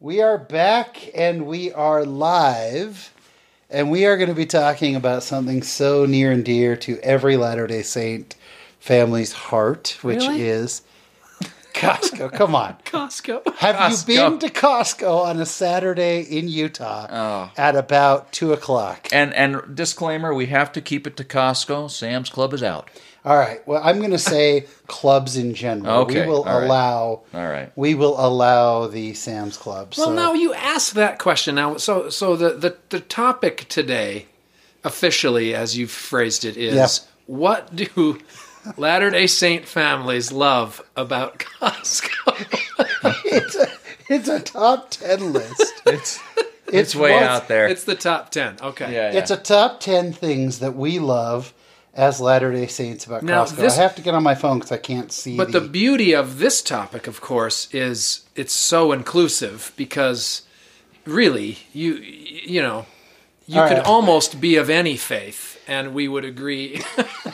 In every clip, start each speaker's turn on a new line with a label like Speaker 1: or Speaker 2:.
Speaker 1: We are back and we are live. And we are going to be talking about something so near and dear to every Latter day Saint family's heart, which
Speaker 2: Really?
Speaker 1: is Costco. Come on.
Speaker 2: Costco.
Speaker 1: Have
Speaker 3: Costco.
Speaker 1: you been to Costco on a Saturday in
Speaker 3: Oh.
Speaker 1: Utah at about 2 o'clock?
Speaker 3: And and disclaimer, we have to keep it to Costco. Sam's Club is out.
Speaker 1: All right. Well, I'm going to say clubs in general.
Speaker 3: Okay,
Speaker 1: We will
Speaker 3: all right.
Speaker 1: allow.
Speaker 3: All right.
Speaker 1: We will allow the Sam's Club.
Speaker 2: Well,
Speaker 1: so.
Speaker 2: now you asked that question. Now, so so the, the the topic today, officially as you've phrased it, is
Speaker 1: Yeah.
Speaker 2: what do Latter Day Saint families love about Costco?
Speaker 1: it's a, it's a top 10 list.
Speaker 3: It's it's way
Speaker 1: one-
Speaker 3: out there.
Speaker 2: it's the top ten. Okay.
Speaker 3: yeah,
Speaker 1: It's a top 10 things that we love as Latter day Saints about
Speaker 2: Now,
Speaker 1: Costco.
Speaker 2: this-
Speaker 1: I have to get on my phone because I can't see
Speaker 2: But the beauty of this topic, of course, is it's so inclusive because really you you know you
Speaker 1: All
Speaker 2: could
Speaker 1: right.
Speaker 2: almost be of any faith and we would agree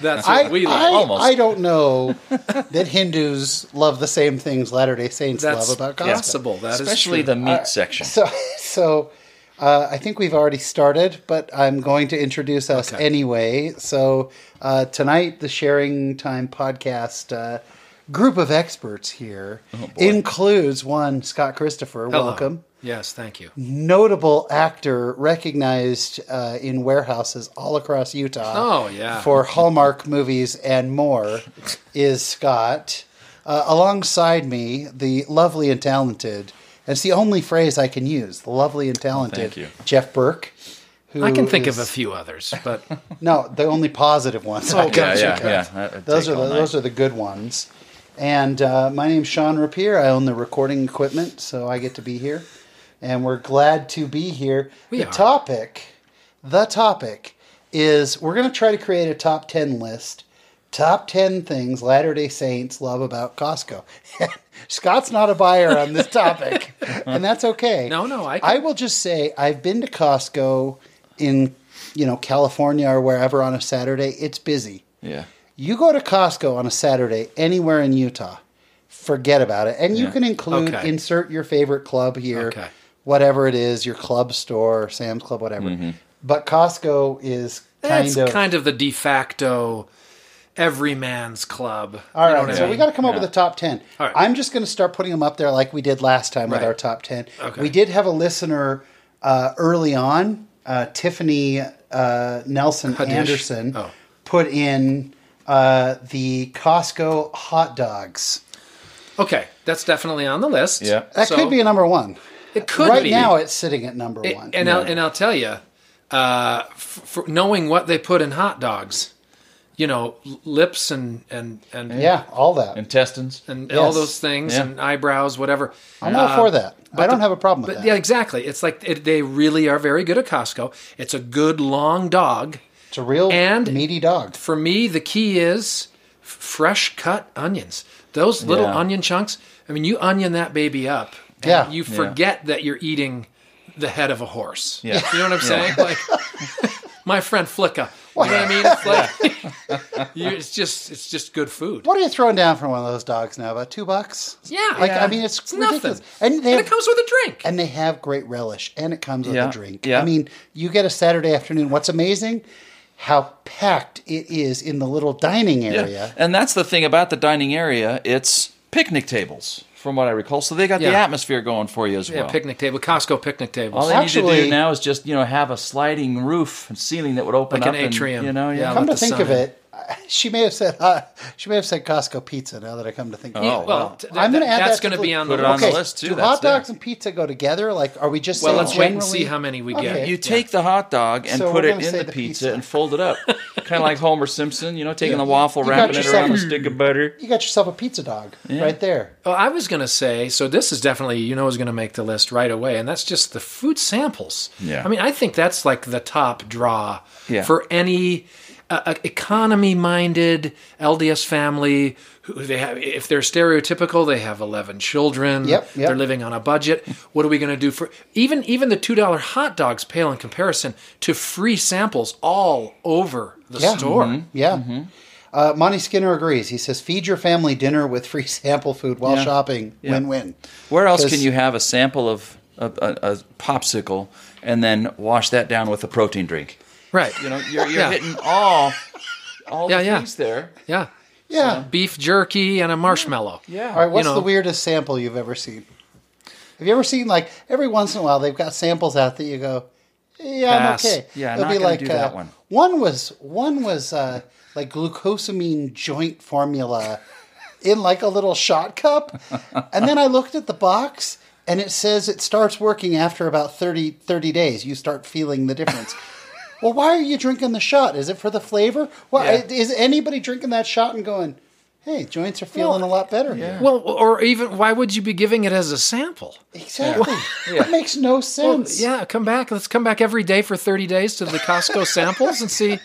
Speaker 2: that's what
Speaker 1: I,
Speaker 2: we
Speaker 1: I,
Speaker 2: like.
Speaker 3: almost.
Speaker 1: I don't know that Hindus love the same things Latter day Saints
Speaker 2: That's
Speaker 1: love about Costco.
Speaker 2: possible. That is
Speaker 3: especially
Speaker 2: true.
Speaker 3: the meat section.
Speaker 1: So, so uh, I think we've already started, but I'm going to introduce us
Speaker 2: Okay.
Speaker 1: anyway. So uh, tonight, the Sharing Time podcast uh, group of experts here includes one Scott Christopher.
Speaker 2: Oh, Hello.
Speaker 1: Welcome,
Speaker 2: Yes, thank you.
Speaker 1: notable actor, recognized uh, in warehouses all across Utah.
Speaker 2: Oh, yeah.
Speaker 1: for Hallmark movies and more, is Scott. Uh, alongside me, the lovely and talented. and It's the only phrase I can use. The lovely and talented
Speaker 3: thank you.
Speaker 1: Jeff Burke. Who
Speaker 2: I can think of a
Speaker 1: is-
Speaker 2: few others, but
Speaker 1: No, the only positive ones. I
Speaker 2: Oh,
Speaker 1: can
Speaker 2: yeah,
Speaker 3: yeah,
Speaker 1: think of.
Speaker 3: yeah. That would
Speaker 1: Those
Speaker 3: take
Speaker 1: are the,
Speaker 3: all night.
Speaker 1: those are the good ones. And uh, my name's Sean Rapier. I own the recording equipment, so I get to be here, and we're glad to be here.
Speaker 2: We
Speaker 1: the
Speaker 2: are.
Speaker 1: topic, the topic, is we're going to try to create a top ten list, top ten things Latter Day Saints love about Costco. Scott's not a buyer on this topic, and that's okay.
Speaker 2: No, no, I
Speaker 1: I will just say I've been to Costco in you know California or wherever on a Saturday. It's busy.
Speaker 3: yeah.
Speaker 1: You go to Costco on a Saturday anywhere in Utah, forget about it. And you
Speaker 3: Yeah.
Speaker 1: can include
Speaker 2: Okay.
Speaker 1: insert your favorite club here,
Speaker 2: Okay.
Speaker 1: whatever it is, your club store, Sam's Club, whatever.
Speaker 2: Mm-hmm.
Speaker 1: But Costco is kind
Speaker 2: it's
Speaker 1: of
Speaker 2: kind of the de facto every man's club.
Speaker 1: All
Speaker 2: You know
Speaker 1: right,
Speaker 2: what I
Speaker 1: so we
Speaker 2: mean?
Speaker 1: got to come up
Speaker 3: Yeah.
Speaker 1: with a top 10.
Speaker 2: All right.
Speaker 1: I'm just going to start putting them up there like we did last time with
Speaker 2: Right.
Speaker 1: our top 10.
Speaker 2: Okay.
Speaker 1: We did have a listener uh, early on, uh, Tiffany uh, Nelson
Speaker 2: Haddish.
Speaker 1: Anderson,
Speaker 2: Oh.
Speaker 1: put in uh, the Costco hot dogs.
Speaker 2: Okay, that's definitely on the list.
Speaker 3: Yeah.
Speaker 1: That
Speaker 2: So
Speaker 1: could be a number one.
Speaker 2: It could
Speaker 1: right
Speaker 2: be.
Speaker 1: now, it's sitting at number one.
Speaker 2: and I'll, and I'll tell you, uh, for knowing what they put in hot dogs, you know, l- lips and and and
Speaker 1: yeah, all that.
Speaker 3: Intestines.
Speaker 2: and all
Speaker 1: Yes.
Speaker 2: those things
Speaker 3: Yeah.
Speaker 2: and eyebrows, whatever.
Speaker 1: I'm all for that. I don't have a problem with
Speaker 2: Uh, But
Speaker 1: that.
Speaker 2: yeah, exactly. It's like it, they really are very good at Costco. It's a good long dog.
Speaker 1: it's a real
Speaker 2: and-
Speaker 1: meaty dog.
Speaker 2: For me, the key is f- fresh cut onions. Those little
Speaker 3: Yeah.
Speaker 2: onion chunks. I mean, you onion that baby up. and
Speaker 1: Yeah.
Speaker 2: You forget that you're eating the head of a horse.
Speaker 3: Yeah.
Speaker 2: You know what I'm saying? Like my friend Flicka. You know what I mean? It's like you, it's just it's just good food.
Speaker 1: What are you throwing down for one of those dogs now? About two bucks?
Speaker 2: Yeah.
Speaker 1: Like,
Speaker 2: Yeah.
Speaker 1: I mean, it's,
Speaker 2: It's
Speaker 1: ridiculous.
Speaker 2: nothing.
Speaker 1: And they
Speaker 2: And
Speaker 1: have
Speaker 2: it comes with a drink.
Speaker 1: and they have great relish and it comes with
Speaker 3: Yeah,
Speaker 1: a drink.
Speaker 3: yeah.
Speaker 1: I mean, you get a Saturday afternoon. What's amazing? How packed it is in the little dining area.
Speaker 3: And that's the thing about the dining area. It's picnic tables, from what I recall. So they got the
Speaker 2: Yeah.
Speaker 3: atmosphere going for you as
Speaker 2: yeah,
Speaker 3: well.
Speaker 2: picnic table, Costco picnic tables.
Speaker 3: All they need to
Speaker 1: Actually-
Speaker 3: do now is just you know have a sliding roof and ceiling that would open
Speaker 2: Like an
Speaker 3: up and,
Speaker 2: atrium.
Speaker 3: you know, yeah.
Speaker 2: Yeah.
Speaker 1: Come to
Speaker 2: let the
Speaker 1: think
Speaker 2: sun
Speaker 1: of
Speaker 2: in.
Speaker 1: it, she may have said uh, she may have said Costco pizza. Now that I come to think of
Speaker 3: Yeah,
Speaker 1: it,
Speaker 3: Oh, well, wow.
Speaker 2: t-
Speaker 1: I'm going to add
Speaker 2: that's
Speaker 1: that
Speaker 2: going to
Speaker 1: the-
Speaker 2: be on the
Speaker 3: Put it on
Speaker 2: list.
Speaker 3: the list, too.
Speaker 1: Do
Speaker 3: That's
Speaker 1: hot dogs
Speaker 3: there.
Speaker 1: and pizza go together? Like, are we just
Speaker 3: Well,
Speaker 1: saying
Speaker 3: let's wait and
Speaker 2: see
Speaker 1: generally-
Speaker 2: how many we get.
Speaker 1: Okay.
Speaker 3: You take the hot dog and
Speaker 1: So
Speaker 3: put
Speaker 1: we're
Speaker 3: it
Speaker 1: gonna
Speaker 3: in
Speaker 1: say
Speaker 3: the,
Speaker 1: the
Speaker 3: pizza,
Speaker 1: pizza.
Speaker 3: and fold it up, kind of like Homer Simpson, you know, taking the waffle,
Speaker 1: got
Speaker 3: wrapping it
Speaker 1: yourself
Speaker 3: around
Speaker 1: a-
Speaker 3: a stick of butter.
Speaker 1: You got yourself a pizza dog right there.
Speaker 2: Well, I was going to say, so this is definitely, you know, is going to make the list right away. And that's just the food samples.
Speaker 3: Yeah.
Speaker 2: I mean, I think that's like the top draw
Speaker 3: Yeah.
Speaker 2: for any uh, economy minded LDS family who they have, if they're stereotypical, they have 11 children.
Speaker 1: Yep, yep.
Speaker 2: They're living on a budget. What are we going to do for even, even the $2 hot dogs pale in comparison to free samples all over the
Speaker 1: Yeah.
Speaker 3: Mm-hmm.
Speaker 2: store?
Speaker 1: Yeah. Uh, Monty Skinner agrees. He says, "Feed your family dinner with free sample food while
Speaker 3: Yeah.
Speaker 1: shopping.
Speaker 3: Yeah.
Speaker 1: Win-win."
Speaker 3: Where else
Speaker 1: 'Cause-
Speaker 3: can you have a sample of a, a, a popsicle and then wash that down with a protein drink?
Speaker 2: Right.
Speaker 3: You know, you're, you're
Speaker 2: Yeah.
Speaker 3: hitting all all
Speaker 2: Yeah,
Speaker 3: the
Speaker 2: yeah.
Speaker 3: things there.
Speaker 2: Yeah.
Speaker 1: Yeah.
Speaker 2: Beef jerky and a marshmallow.
Speaker 3: Yeah.
Speaker 1: All right. What's
Speaker 2: know.
Speaker 1: the weirdest sample you've ever seen? Have you ever seen like every once in a while they've got samples out that you go, "Yeah,
Speaker 2: Pass.
Speaker 1: I'm okay."
Speaker 3: Yeah, not gonna do that one.
Speaker 1: uh, One was one was uh, like glucosamine joint formula in like a little shot cup, and then I looked at the box. And it says it starts working after about 30, 30 days. You start feeling the difference. well, why are you drinking the shot? Is it for the flavor? Why
Speaker 2: Yeah.
Speaker 1: is anybody drinking that shot and going, "Hey, joints are feeling a lot better"? here."
Speaker 2: Well, or even why would you be giving it as a sample?
Speaker 1: Exactly. It makes no sense.
Speaker 2: Yeah, come back. Let's come back every day for 30 days to the Costco samples and see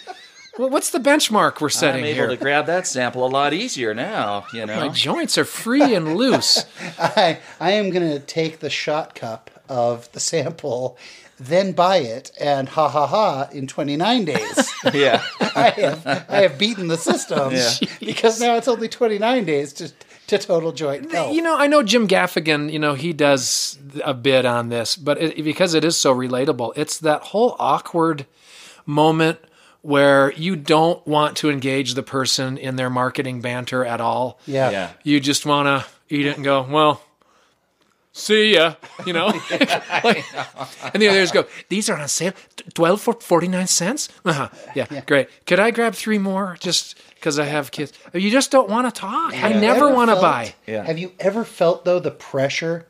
Speaker 2: well, what's the benchmark we're
Speaker 3: I'm
Speaker 2: setting
Speaker 3: able
Speaker 2: here.
Speaker 3: to grab that sample a lot easier now.
Speaker 1: Oh
Speaker 3: You know,
Speaker 2: My joints are free and loose.
Speaker 1: I, I am going to take the shot cup of the sample, then buy it, and ha ha ha, in 29 days.
Speaker 3: yeah,
Speaker 1: I, have, I have beaten the system
Speaker 3: Yeah.
Speaker 1: because now it's only 29 days to, to total joint health.
Speaker 2: You know, I know Jim Gaffigan, you know, he does a bit on this, but it, because it is so relatable, it's that whole awkward moment where you don't want to engage the person in their marketing banter at all.
Speaker 1: yeah.
Speaker 3: yeah.
Speaker 2: You just want to eat it and go, well, see ya, you know? Like, and the others go, these are on sale, t- 12 for 49 cents? Uh-huh. Yeah, great. Could I grab three more just because I have kids? You just don't want to talk. I never
Speaker 1: Ever
Speaker 2: want to
Speaker 1: felt-
Speaker 2: buy.
Speaker 3: Yeah.
Speaker 1: Have you ever felt, though, the pressure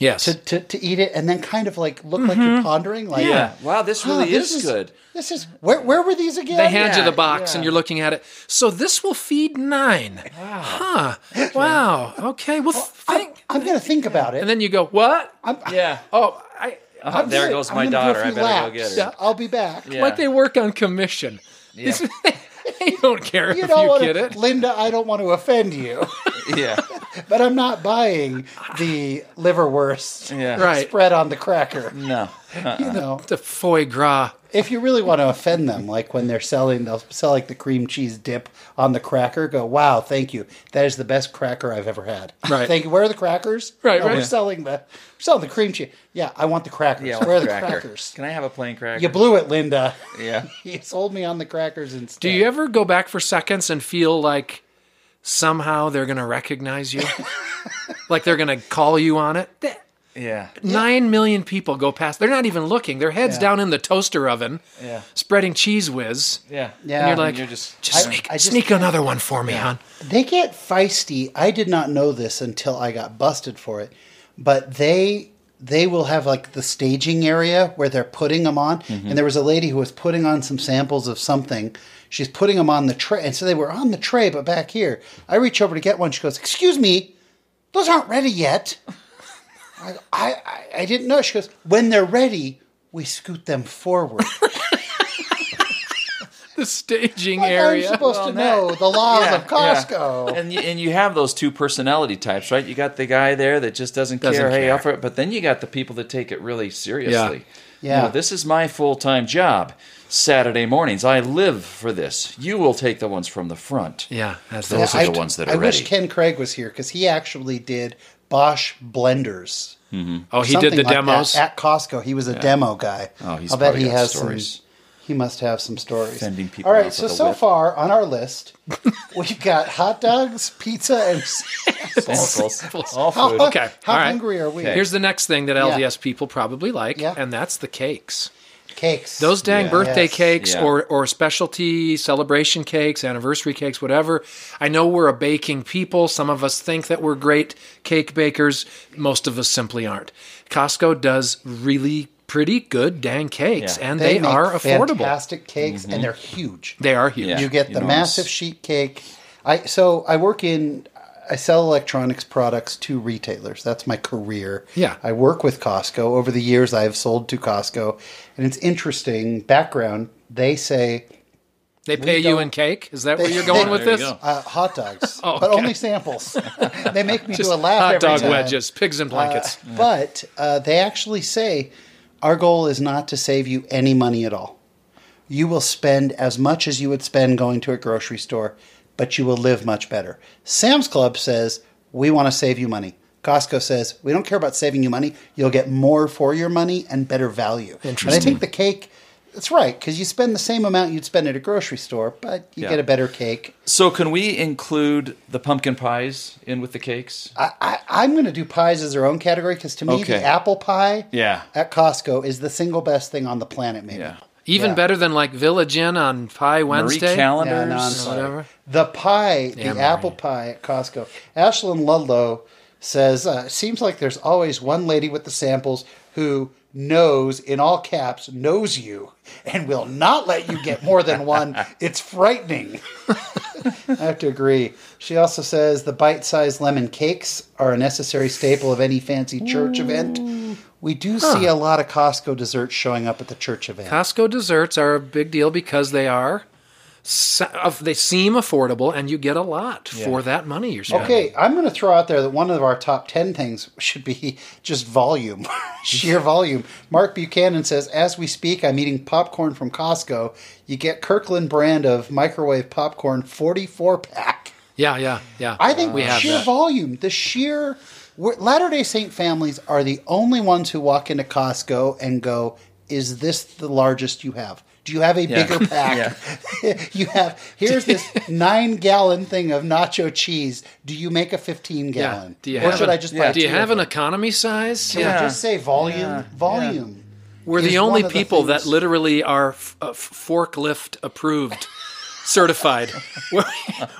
Speaker 2: Yes.
Speaker 1: to, to, to eat it and then kind of like look like
Speaker 2: Mm-hmm.
Speaker 1: you're pondering? Like,
Speaker 3: Yeah. Wow, this
Speaker 1: "Huh,
Speaker 3: really
Speaker 1: this
Speaker 3: is, good.
Speaker 1: This is, where, where were these again?
Speaker 2: They hand you
Speaker 3: yeah,
Speaker 2: the box and
Speaker 3: yeah.
Speaker 2: you're looking at it. So this will feed nine. Huh. Wow. Okay. Well, think.
Speaker 1: I'm going to think about it.
Speaker 2: And then you go, what?
Speaker 1: I'm,
Speaker 3: Yeah.
Speaker 2: Oh, I.
Speaker 3: Oh, there
Speaker 1: good.
Speaker 3: goes
Speaker 1: I'm
Speaker 3: my
Speaker 1: gonna
Speaker 3: daughter.
Speaker 1: go
Speaker 3: I
Speaker 1: a few
Speaker 3: better go get
Speaker 1: laps.
Speaker 3: her.
Speaker 1: I'll be back.
Speaker 3: Yeah.
Speaker 2: Like they work on commission. This- they don't care
Speaker 1: You
Speaker 2: if
Speaker 1: don't
Speaker 2: you
Speaker 1: want
Speaker 2: get
Speaker 1: to,
Speaker 2: it.
Speaker 1: Linda. I don't want to offend you,
Speaker 3: Yeah,
Speaker 1: but I'm not buying the liverwurst
Speaker 3: yeah.
Speaker 2: Right.
Speaker 1: spread on the cracker.
Speaker 3: No.
Speaker 1: You know,
Speaker 2: The foie gras.
Speaker 1: if you really want to offend them, like when they're selling, they'll sell like the cream cheese dip on the cracker. Go, wow, thank you. That is the best cracker I've ever had.
Speaker 2: Right.
Speaker 1: Thank you. Where are the crackers?
Speaker 2: Right,
Speaker 1: No,
Speaker 2: right.
Speaker 1: We're selling the we're selling the cream cheese. Yeah, I want the crackers.
Speaker 3: Yeah.
Speaker 1: Where are the
Speaker 3: cracker.
Speaker 1: crackers?
Speaker 3: Can I have a plain cracker?
Speaker 1: You blew it, Linda.
Speaker 3: yeah.
Speaker 1: you sold me on the crackers instead.
Speaker 2: Do you ever go back for seconds and feel like somehow they're going to recognize you? like they're going to call you on it?
Speaker 3: Yeah.
Speaker 2: Nine million people go past. They're not even looking. Their heads
Speaker 1: Yeah.
Speaker 2: down in the toaster oven,
Speaker 3: Yeah.
Speaker 2: spreading cheese whiz.
Speaker 3: Yeah.
Speaker 1: Yeah.
Speaker 2: And you're like,
Speaker 3: And you're just.
Speaker 2: just
Speaker 1: I-
Speaker 2: sneak,
Speaker 1: I just-
Speaker 2: sneak another one for me, hon.
Speaker 1: They get feisty. I did not know this until I got busted for it, but they they will have like the staging area where they're putting them on. And there was a lady who was putting on some samples of something. She's putting them on the tray, and so they were on the tray, but back here. I reach over to get one. She goes, "Excuse me, those aren't ready yet." I, I I- I didn't know. She goes, "When they're ready, we scoot them forward."
Speaker 2: The staging
Speaker 1: Like I'm
Speaker 2: area.
Speaker 1: supposed to know the laws of Costco.
Speaker 3: And you, and you have those two personality types, right? You got the guy there that just doesn't,
Speaker 2: Doesn't
Speaker 3: care, hey,
Speaker 2: care.
Speaker 3: offer it, but then you got the people that take it really seriously.
Speaker 1: Yeah.
Speaker 3: You know, this is my full time job. Saturday mornings, I live for this. You will take the ones from the front.
Speaker 2: yeah, that's
Speaker 3: Those
Speaker 1: Yeah,
Speaker 3: are
Speaker 1: I
Speaker 3: the
Speaker 1: d-
Speaker 3: ones that
Speaker 1: I
Speaker 3: are ready.
Speaker 1: wish Ken Craig was here because he actually did Bosch blenders.
Speaker 2: Oh, he
Speaker 1: something
Speaker 2: did the
Speaker 1: like that
Speaker 2: demos.
Speaker 1: at Costco. He was a demo guy.
Speaker 3: Oh, he's
Speaker 1: I'll bet
Speaker 3: probably
Speaker 1: he
Speaker 3: got
Speaker 1: has
Speaker 3: stories.
Speaker 1: Some, he must have some stories.
Speaker 3: Fending people
Speaker 1: All right,
Speaker 3: off
Speaker 1: so
Speaker 3: with a
Speaker 1: so
Speaker 3: whip.
Speaker 1: far on our list, we've got hot dogs, pizza, and
Speaker 3: All
Speaker 1: how,
Speaker 3: food.
Speaker 2: Okay,
Speaker 1: how
Speaker 2: all right.
Speaker 1: hungry are we?
Speaker 2: Here's the next thing that LDS people probably like,
Speaker 1: Yeah.
Speaker 2: and that's the cakes.
Speaker 1: cakes.
Speaker 2: Those dang
Speaker 3: Yeah.
Speaker 2: birthday
Speaker 1: Yes.
Speaker 2: cakes
Speaker 3: Yeah.
Speaker 2: or, or specialty celebration cakes, anniversary cakes, whatever. I know we're a baking people. Some of us think that we're great cake bakers. Most of us simply aren't. Costco does really pretty good dang cakes,
Speaker 3: Yeah.
Speaker 2: and they,
Speaker 1: make
Speaker 2: are affordable.
Speaker 1: Fantastic cakes,
Speaker 3: Mm-hmm.
Speaker 1: and they're huge.
Speaker 2: They are huge.
Speaker 3: Yeah.
Speaker 1: You get the
Speaker 3: enormous.
Speaker 1: massive sheet cake. I so I work in I sell electronics products to retailers. That's my career.
Speaker 2: Yeah.
Speaker 1: I work with Costco. Over the years I have sold to Costco. And it's interesting background. They say
Speaker 2: They pay you
Speaker 1: don't-
Speaker 2: in cake. Is that where
Speaker 1: They-
Speaker 2: you're going
Speaker 1: Yeah,
Speaker 2: with
Speaker 3: there you
Speaker 2: this?
Speaker 3: go.
Speaker 1: uh, hot dogs,
Speaker 2: Oh,
Speaker 1: but
Speaker 2: okay.
Speaker 1: only samples. they make me
Speaker 2: Just
Speaker 1: do a laugh
Speaker 2: hot
Speaker 1: every
Speaker 2: dog
Speaker 1: time. Uh,
Speaker 2: wedges, pigs in blankets.
Speaker 1: But uh, they actually say our goal is not to save you any money at all. You will spend as much as you would spend going to a grocery store but you will live much better. Sam's Club says, we want to save you money. Costco says, we don't care about saving you money. You'll get more for your money and better value. And I think the cake, that's right, because you spend the same amount you'd spend at a grocery store, but you
Speaker 3: Yeah.
Speaker 1: get a better cake.
Speaker 3: So can we include the pumpkin pies in with the cakes?
Speaker 1: I, I, I'm going to do pies as their own category because to me,
Speaker 3: Okay.
Speaker 1: the apple pie
Speaker 3: Yeah.
Speaker 1: at Costco is the single best thing on the planet, maybe.
Speaker 3: yeah.
Speaker 2: Even
Speaker 1: Yeah.
Speaker 2: better than like Village Inn on Pie
Speaker 3: Marie
Speaker 2: Wednesday.
Speaker 3: calendars.
Speaker 1: Yeah, no, I'm
Speaker 2: or
Speaker 1: sorry.
Speaker 2: whatever.
Speaker 1: The pie,
Speaker 2: Yeah,
Speaker 1: the
Speaker 2: Marie.
Speaker 1: apple pie at Costco. Ashlyn Ludlow says, uh, seems like there's always one lady with the samples who knows, in all caps, knows you and will not let you get more than one. It's frightening. I have to agree. She also says the bite sized lemon cakes are a necessary staple of any fancy church event. We do see a lot of Costco desserts showing up at the church event.
Speaker 2: Costco desserts are a big deal because they are se- of- they seem affordable and you get a lot for that money you're spending.
Speaker 1: Okay, I'm going to throw out there that one of our top 10 things should be just volume, sheer volume. Mark Buchanan says, As we speak, I'm eating popcorn from Costco. You get Kirkland brand of microwave popcorn 44 pack.
Speaker 2: Yeah, yeah, yeah.
Speaker 1: I think
Speaker 2: we have
Speaker 1: sheer
Speaker 2: that.
Speaker 1: volume, the sheer. Latter day Saint families are the only ones who walk into Costco and go, Is this the largest you have? Do you have a bigger pack? you have, here's this nine gallon thing of nacho cheese. Do you make a 15
Speaker 2: Yeah.
Speaker 1: gallon?
Speaker 2: Do you
Speaker 1: or
Speaker 2: have
Speaker 1: should
Speaker 2: an-
Speaker 1: I just
Speaker 3: yeah.
Speaker 1: buy
Speaker 2: Do you
Speaker 1: two
Speaker 2: have
Speaker 1: of
Speaker 2: an
Speaker 1: them?
Speaker 2: economy size?
Speaker 1: Can I
Speaker 3: Yeah.
Speaker 1: just say volume?
Speaker 3: Yeah.
Speaker 1: Volume.
Speaker 2: We're
Speaker 1: is
Speaker 2: the
Speaker 1: one
Speaker 2: only
Speaker 1: of the
Speaker 2: people that
Speaker 1: things-
Speaker 2: literally are f- uh, f- forklift approved, certified, where,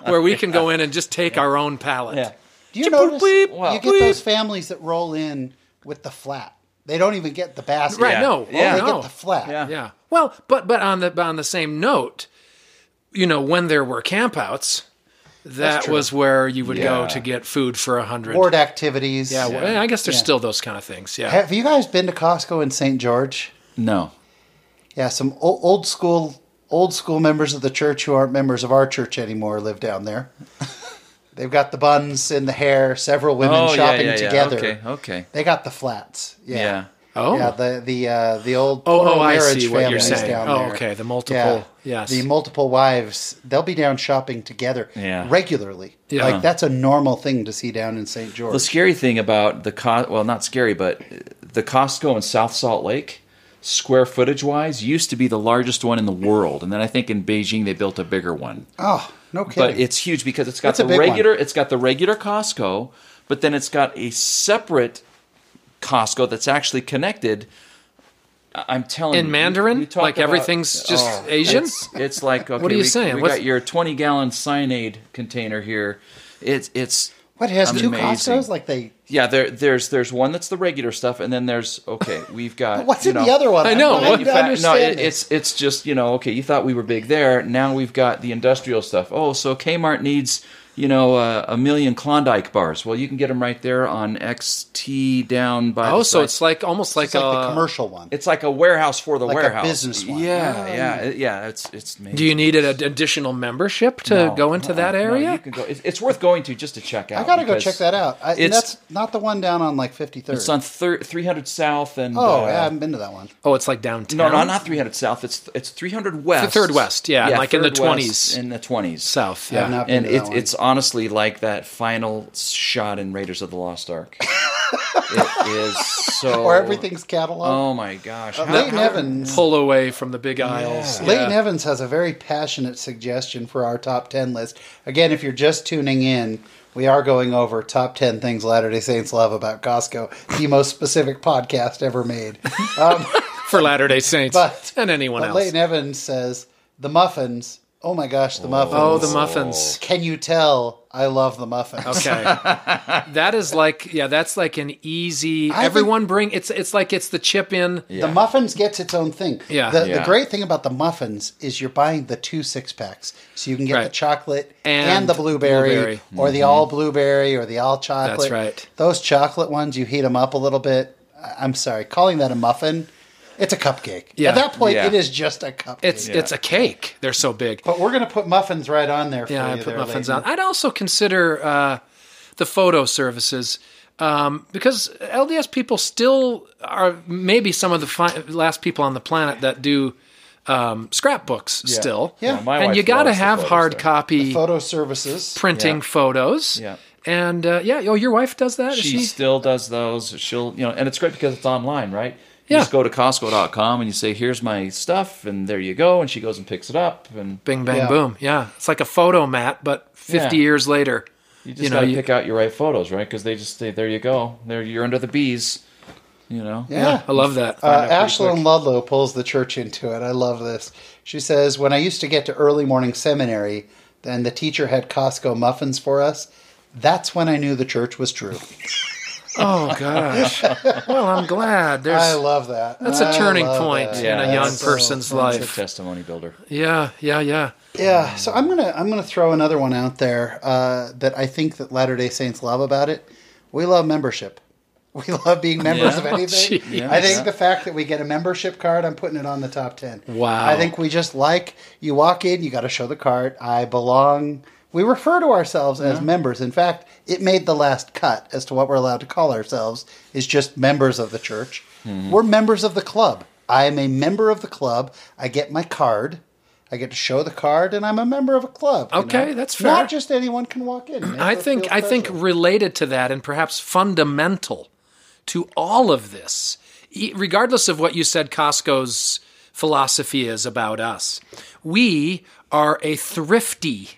Speaker 2: where we can go in and just take our own pallet.
Speaker 3: Yeah.
Speaker 1: Do you notice
Speaker 2: bleep,
Speaker 1: you
Speaker 3: Well-
Speaker 1: get those families that roll in with the flat? They don't even get the basket.
Speaker 2: Right, no, Oh,
Speaker 1: They
Speaker 3: Yeah.
Speaker 2: no.
Speaker 1: get the flat.
Speaker 3: Yeah.
Speaker 2: Yeah. Well, but but on the on the same note, you know, when there were campouts, that
Speaker 1: true.
Speaker 2: was where you would go
Speaker 3: Yeah.
Speaker 2: to get food for a hundred.
Speaker 1: Board activities.
Speaker 2: Yeah, well, I guess there's
Speaker 1: Yeah.
Speaker 2: still those kind of things. Yeah.
Speaker 1: Have you guys been to Costco in St. George?
Speaker 3: No.
Speaker 1: Yeah, some old, old school old school members of the church who aren't members of our church anymore live down there. They've got the buns and the hair, several women
Speaker 3: Oh, yeah,
Speaker 1: shopping
Speaker 3: yeah, yeah.
Speaker 1: together.
Speaker 3: Okay, okay.
Speaker 1: They got the flats. Yeah.
Speaker 3: Yeah.
Speaker 2: Oh.
Speaker 1: Yeah, the the uh, the old
Speaker 2: oh,
Speaker 1: plural
Speaker 2: oh, I
Speaker 1: marriage
Speaker 2: see what you're
Speaker 1: families
Speaker 2: saying.
Speaker 1: down
Speaker 2: Oh,
Speaker 1: there.
Speaker 2: okay. The
Speaker 1: Yeah.
Speaker 2: multiple. Yes.
Speaker 1: The multiple wives, they'll be down shopping together
Speaker 3: Yeah.
Speaker 1: regularly.
Speaker 2: Yeah.
Speaker 1: Like that's a normal thing to see down in St. George.
Speaker 3: The scary thing about the co- well, not scary, but the Costco in South Salt Lake, square footage wise, used to be the largest one in the world, and then I think in Beijing they built a bigger one.
Speaker 1: oh, no kidding.
Speaker 3: But it's huge because it's got
Speaker 1: That's a
Speaker 3: the
Speaker 1: big one.
Speaker 3: regular, it's got the regular Costco, but then it's got a separate Costco that's actually connected. I- I'm telling
Speaker 2: In
Speaker 3: you,
Speaker 2: Mandarin?
Speaker 3: talk
Speaker 2: Like everything's just Asian?
Speaker 3: Oh, It's, it's like okay,
Speaker 2: are you
Speaker 3: we,
Speaker 2: saying?
Speaker 3: We
Speaker 2: What's-
Speaker 3: got your 20 gallon cyanide container here. It's it's
Speaker 1: what it has two
Speaker 3: amazing.
Speaker 1: Costco's? Like they
Speaker 3: yeah, there, there's there's one that's the regular stuff, and then there's okay, we've got
Speaker 1: What's
Speaker 3: you
Speaker 1: in
Speaker 3: know-
Speaker 1: the other one?
Speaker 2: I know.
Speaker 1: I'm
Speaker 2: Well,
Speaker 1: not
Speaker 3: you fa- no,
Speaker 1: understanding.
Speaker 3: it, it's it's just you know okay. You thought we were big there. Now we've got the industrial stuff. Oh, so Kmart needs you know uh, a million Klondike bars. Well, you can get them right there on XT down by.
Speaker 2: oh,
Speaker 3: the
Speaker 2: so
Speaker 3: side.
Speaker 2: it's like almost like,
Speaker 1: It's like
Speaker 2: a
Speaker 1: the commercial one.
Speaker 3: it's like a warehouse for the
Speaker 1: Like a
Speaker 3: warehouse,
Speaker 1: business one. Oh.
Speaker 3: Yeah, yeah, it- yeah. It's it's. Amazing.
Speaker 2: Do you need an ad- additional membership to
Speaker 3: No,
Speaker 2: go into
Speaker 3: uh-uh,
Speaker 2: that
Speaker 3: no,
Speaker 2: area?
Speaker 3: you can go. It's, it's worth going to just to check out.
Speaker 1: I gotta go
Speaker 3: because
Speaker 1: check that out. I, and
Speaker 3: it's-
Speaker 1: that's not the one down on like 53rd.
Speaker 3: It's on thir- 300 South and
Speaker 1: oh, yeah,
Speaker 3: uh,
Speaker 1: I haven't been to that one.
Speaker 2: oh, it's like downtown.
Speaker 3: No, no, not 300 South. It's it's 300 West.
Speaker 2: The 3rd West, yeah, like in the
Speaker 3: 3rd West
Speaker 2: 20s.
Speaker 3: In the 20s.
Speaker 1: I've
Speaker 2: south. Yeah.
Speaker 1: not been
Speaker 3: And
Speaker 1: to that
Speaker 3: it's
Speaker 1: one.
Speaker 3: it's honestly like that final shot in Raiders of the Lost Ark. it is so.
Speaker 1: or everything's catalog.
Speaker 3: Oh my gosh! How-
Speaker 1: Leighton
Speaker 3: how-
Speaker 1: Evans.
Speaker 2: Pull away from the big aisles. Yeah.
Speaker 1: Leighton Evans has a very passionate suggestion for our top 10 list. Again, if you're just tuning in, we are going over top 10 things Latter day Saints love about Costco, the most specific podcast ever made. Um,
Speaker 2: for Latter Day Saints
Speaker 1: But-
Speaker 2: and anyone
Speaker 1: but
Speaker 2: else.
Speaker 1: Leighton Evans says, The muffins. Oh my gosh, the muffins.
Speaker 2: oh, the muffins.
Speaker 1: Can you tell I love the muffins?
Speaker 2: Okay, that is like yeah, that's like an easy.
Speaker 1: I
Speaker 2: everyone bring it's it's like it's the chip in.
Speaker 1: The muffins gets its own thing.
Speaker 2: Yeah.
Speaker 1: The, the
Speaker 3: Yeah.
Speaker 1: great thing about the muffins is you're buying the two six packs, so you can get the
Speaker 2: Right.
Speaker 1: chocolate and,
Speaker 2: And
Speaker 1: the blueberry,
Speaker 2: blueberry.
Speaker 1: or the all blueberry, or the all chocolate.
Speaker 2: That's right.
Speaker 1: Those chocolate ones, you heat them up a little bit. I- I'm sorry, calling that a muffin, it's a cupcake.
Speaker 2: Yeah.
Speaker 1: At that point,
Speaker 3: Yeah.
Speaker 1: it is just a cupcake.
Speaker 2: It's it's a cake. They're so big.
Speaker 1: but we're gonna put muffins right on there. For
Speaker 2: Yeah, I
Speaker 1: you
Speaker 2: put
Speaker 1: there,
Speaker 2: muffins
Speaker 1: Leighton.
Speaker 2: on. I'd also consider uh, the photo services um, because LDS people still are maybe some of the fi- last people on the planet that do um, scrapbooks still.
Speaker 1: Yeah.
Speaker 3: my
Speaker 2: and
Speaker 3: wife
Speaker 2: you got to
Speaker 3: loves the
Speaker 2: have
Speaker 3: photos
Speaker 2: hard
Speaker 3: there.
Speaker 2: copy
Speaker 1: Photo services.
Speaker 2: printing
Speaker 3: Yeah.
Speaker 2: photos.
Speaker 3: Yeah.
Speaker 2: And uh, yeah, oh, your wife does that? Is
Speaker 3: she, still does those. She'll, you know, and it's great because it's online, right? You
Speaker 2: Yeah.
Speaker 3: just go to Costco.com and you say, "Here's my stuff," and there you go. And she goes and picks it up, and
Speaker 2: Bing, bang,
Speaker 1: Yeah.
Speaker 2: boom. Yeah. It's like a photo mat, but 50
Speaker 3: Yeah.
Speaker 2: years later.
Speaker 3: you just
Speaker 2: You know,
Speaker 3: gotta
Speaker 2: you-
Speaker 3: pick out your right photos, right? Because they just say, "There you go. There you're under the bees," you know.
Speaker 1: Yeah.
Speaker 2: I love that.
Speaker 1: Uh,
Speaker 3: out pretty
Speaker 1: Ashlyn Ludlow pulls the church into it. I love this. She says, When I used to get to early morning seminary, then the teacher had Costco muffins for us. That's when I knew the church was true.
Speaker 2: oh, gosh. well, I'm glad. There's.
Speaker 1: I love that.
Speaker 2: That's a
Speaker 1: I
Speaker 2: turning
Speaker 1: love
Speaker 2: point
Speaker 1: that.
Speaker 2: in
Speaker 3: Yeah,
Speaker 2: a young
Speaker 1: that's so
Speaker 2: person's
Speaker 3: It's a
Speaker 2: life.
Speaker 3: testimony builder.
Speaker 2: Yeah, yeah, yeah.
Speaker 1: Yeah, so I'm gonna I'm gonna throw another one out there uh, that I think that Latter Day Saints love about it. We love membership. We love being members
Speaker 2: Yeah.
Speaker 1: of anything.
Speaker 2: Jeez. Yeah,
Speaker 1: I think
Speaker 3: yeah.
Speaker 1: the fact that we get a membership card, I'm putting it on the top ten.
Speaker 2: Wow.
Speaker 1: I think we just like you walk in, you got to show the card. I belong. We refer to ourselves as members. In fact, it made the last cut as to what we're allowed to call ourselves is just members of the church.
Speaker 2: Mm-hmm.
Speaker 1: We're members of the club. I am a member of the club. I get my card. I get to show the card, and I'm a member of a club. you
Speaker 2: Okay,
Speaker 1: know?
Speaker 2: that's fair.
Speaker 1: Not just anyone can walk in. Make
Speaker 2: I
Speaker 1: them
Speaker 2: think
Speaker 1: feel
Speaker 2: I think
Speaker 1: special.
Speaker 2: related to that and perhaps fundamental to all of this, e- regardless of what you said Costco's philosophy is about us, we are a thrifty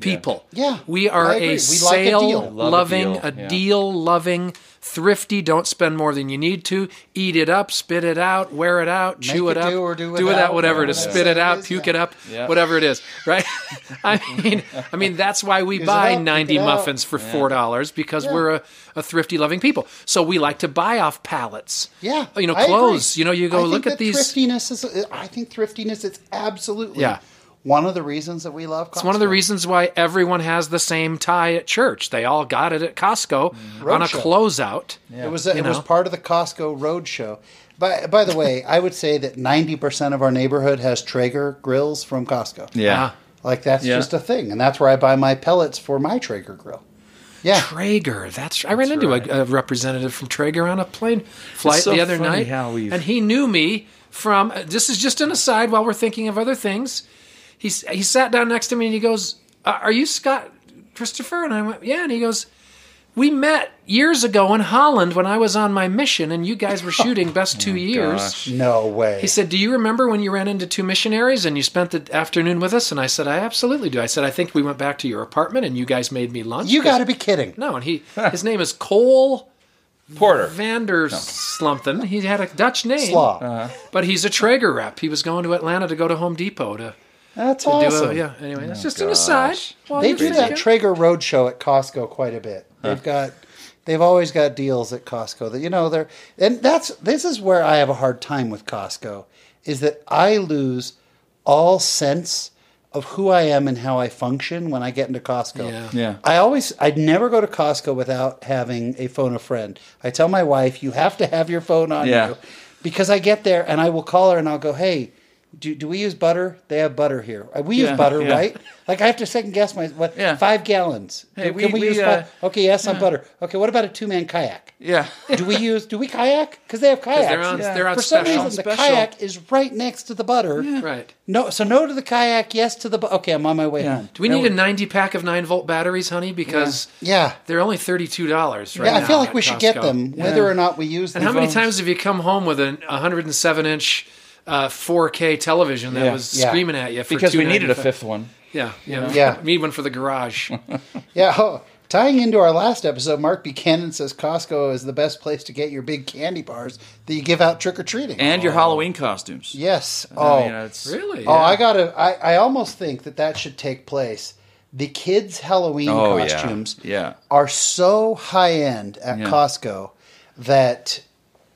Speaker 2: people.
Speaker 1: Yeah,
Speaker 2: we
Speaker 1: I
Speaker 2: are
Speaker 1: agree. We
Speaker 2: a
Speaker 1: like a
Speaker 2: sale
Speaker 1: deal.
Speaker 3: Love a
Speaker 2: loving,
Speaker 3: deal,
Speaker 2: a
Speaker 3: yeah.
Speaker 2: deal loving, thrifty. Don't spend more than you need to. Eat it up, spit it out, wear it out, chew
Speaker 1: it
Speaker 2: it, up,
Speaker 1: do or do without,
Speaker 2: without, whatever it is.
Speaker 1: whatever
Speaker 2: Spit it
Speaker 1: that
Speaker 2: out,
Speaker 1: is,
Speaker 2: puke
Speaker 1: yeah.
Speaker 2: it up,
Speaker 3: Yeah.
Speaker 2: whatever it is. Right? I mean, I mean that's why we
Speaker 1: Use it
Speaker 2: buy
Speaker 1: up, pick
Speaker 2: ninety
Speaker 1: it up.
Speaker 2: muffins for four dollars because
Speaker 1: Yeah.
Speaker 2: we're a, a thrifty loving people. So we like to buy off pallets.
Speaker 1: Yeah,
Speaker 2: You know,
Speaker 1: I agree.
Speaker 2: clothes. You know, you
Speaker 1: I
Speaker 2: go
Speaker 1: think
Speaker 2: look
Speaker 1: that
Speaker 2: at these.
Speaker 1: Thriftiness is. I think thriftiness is absolutely
Speaker 2: Yeah.
Speaker 1: one of the reasons that we love. Costco.
Speaker 2: It's one of the reasons why everyone has the same tie at church. They all got it at Costco on a
Speaker 1: Roadshow.
Speaker 2: closeout.
Speaker 1: It was it was
Speaker 2: know?
Speaker 1: part of the Costco roadshow. By by the way, I would say that ninety percent of our neighborhood has Traeger grills from Costco.
Speaker 3: Yeah.
Speaker 2: Ah,
Speaker 1: like that's
Speaker 3: Yeah.
Speaker 1: just a thing, and that's where I buy my pellets for my Traeger grill. Yeah,
Speaker 2: Traeger. That's I ran into
Speaker 3: right.
Speaker 2: a, a representative from Traeger on a plane flight
Speaker 3: so
Speaker 2: the other
Speaker 3: funny
Speaker 2: night,
Speaker 3: how we've-
Speaker 2: and he knew me from. This is just an aside while we're thinking of other things. He s- he sat down next to me and he goes, "Uh, "Are you Scott Christopher?" And I went, "Yeah." And he goes, "We met years ago in Holland when I was on my mission, and you guys were shooting best two years."
Speaker 3: Oh gosh.
Speaker 1: no way.
Speaker 2: He said, "Do you remember when you ran into two missionaries and you spent the afternoon with us?" And I said, "I absolutely do." I said, "I think we went back to your apartment and you guys made me lunch."
Speaker 1: "You got to be kidding."
Speaker 2: No, and he his name is Cole
Speaker 3: Porter.
Speaker 2: Vander Slumpton. He had a Dutch name,
Speaker 1: Slaw.
Speaker 2: but he's a Traeger rep. He was going to Atlanta to go to Home Depot to
Speaker 1: That's
Speaker 2: do
Speaker 1: awesome. Oh,
Speaker 2: a yeah. Anyway, that's just an
Speaker 3: gosh.
Speaker 2: aside. While
Speaker 1: They
Speaker 2: you're
Speaker 1: do that
Speaker 2: thinking.
Speaker 1: Traeger roadshow at Costco quite a bit. They've got they've always got deals at Costco that you know they're and that's this is where I have a hard time with Costco is that I lose all sense of who I am and how I function when I get into Costco.
Speaker 2: Yeah.
Speaker 3: Yeah.
Speaker 1: I always I'd never go to Costco without having a phone a friend. I tell my wife, you have to have your phone on
Speaker 3: Yeah.
Speaker 1: you. Because I get there and I will call her and I'll go, Hey, do, do we use butter? They have butter here. We use
Speaker 3: Yeah,
Speaker 1: butter,
Speaker 3: yeah.
Speaker 1: right? Like I have to second guess my what
Speaker 3: Yeah.
Speaker 1: five gallons.
Speaker 3: Hey,
Speaker 1: Do-
Speaker 3: we-
Speaker 1: Can we,
Speaker 3: we,
Speaker 1: use
Speaker 3: uh,
Speaker 1: five? Okay, yes, on butter. Okay, what about a two man kayak?
Speaker 3: Yeah.
Speaker 1: Do we use do we kayak? Because they have kayaks.
Speaker 2: they're on-
Speaker 3: they're
Speaker 2: on
Speaker 1: For some
Speaker 2: special.
Speaker 1: reason, the
Speaker 3: Special.
Speaker 1: kayak is right next to the butter.
Speaker 2: Right.
Speaker 1: No, so no to the kayak, yes to the. Bu- okay, I'm on my way
Speaker 3: Yeah.
Speaker 1: home.
Speaker 2: Do we
Speaker 3: That
Speaker 2: need
Speaker 3: would-
Speaker 2: a ninety pack of nine volt batteries, honey? Because
Speaker 1: Yeah.
Speaker 2: they're only thirty two dollars right
Speaker 1: Yeah, I
Speaker 2: now
Speaker 1: feel like
Speaker 2: at
Speaker 1: we should get
Speaker 2: Costco.
Speaker 1: them, whether or not we use them.
Speaker 2: And how many times have you come home with an 107 inch uh, 4K television that
Speaker 3: Yeah.
Speaker 2: was
Speaker 1: Yeah.
Speaker 2: screaming at you for
Speaker 3: Because we
Speaker 2: $2.95?
Speaker 3: needed a fifth one.
Speaker 2: Yeah, yeah,
Speaker 1: Yeah.
Speaker 2: Need one for the garage.
Speaker 1: Yeah. Oh, tying into our last episode, Mark Buchanan says Costco is the best place to get your big candy bars that you give out trick or treating.
Speaker 3: And your Halloween costumes.
Speaker 1: yes.
Speaker 3: I
Speaker 1: Oh.
Speaker 3: mean, it's-
Speaker 2: Really?
Speaker 1: Oh, I gotta. I, I almost think that that should take place. The kids' Halloween
Speaker 3: Oh, yeah.
Speaker 1: costumes
Speaker 3: Yeah.
Speaker 1: are so high end at
Speaker 3: Yeah.
Speaker 1: Costco that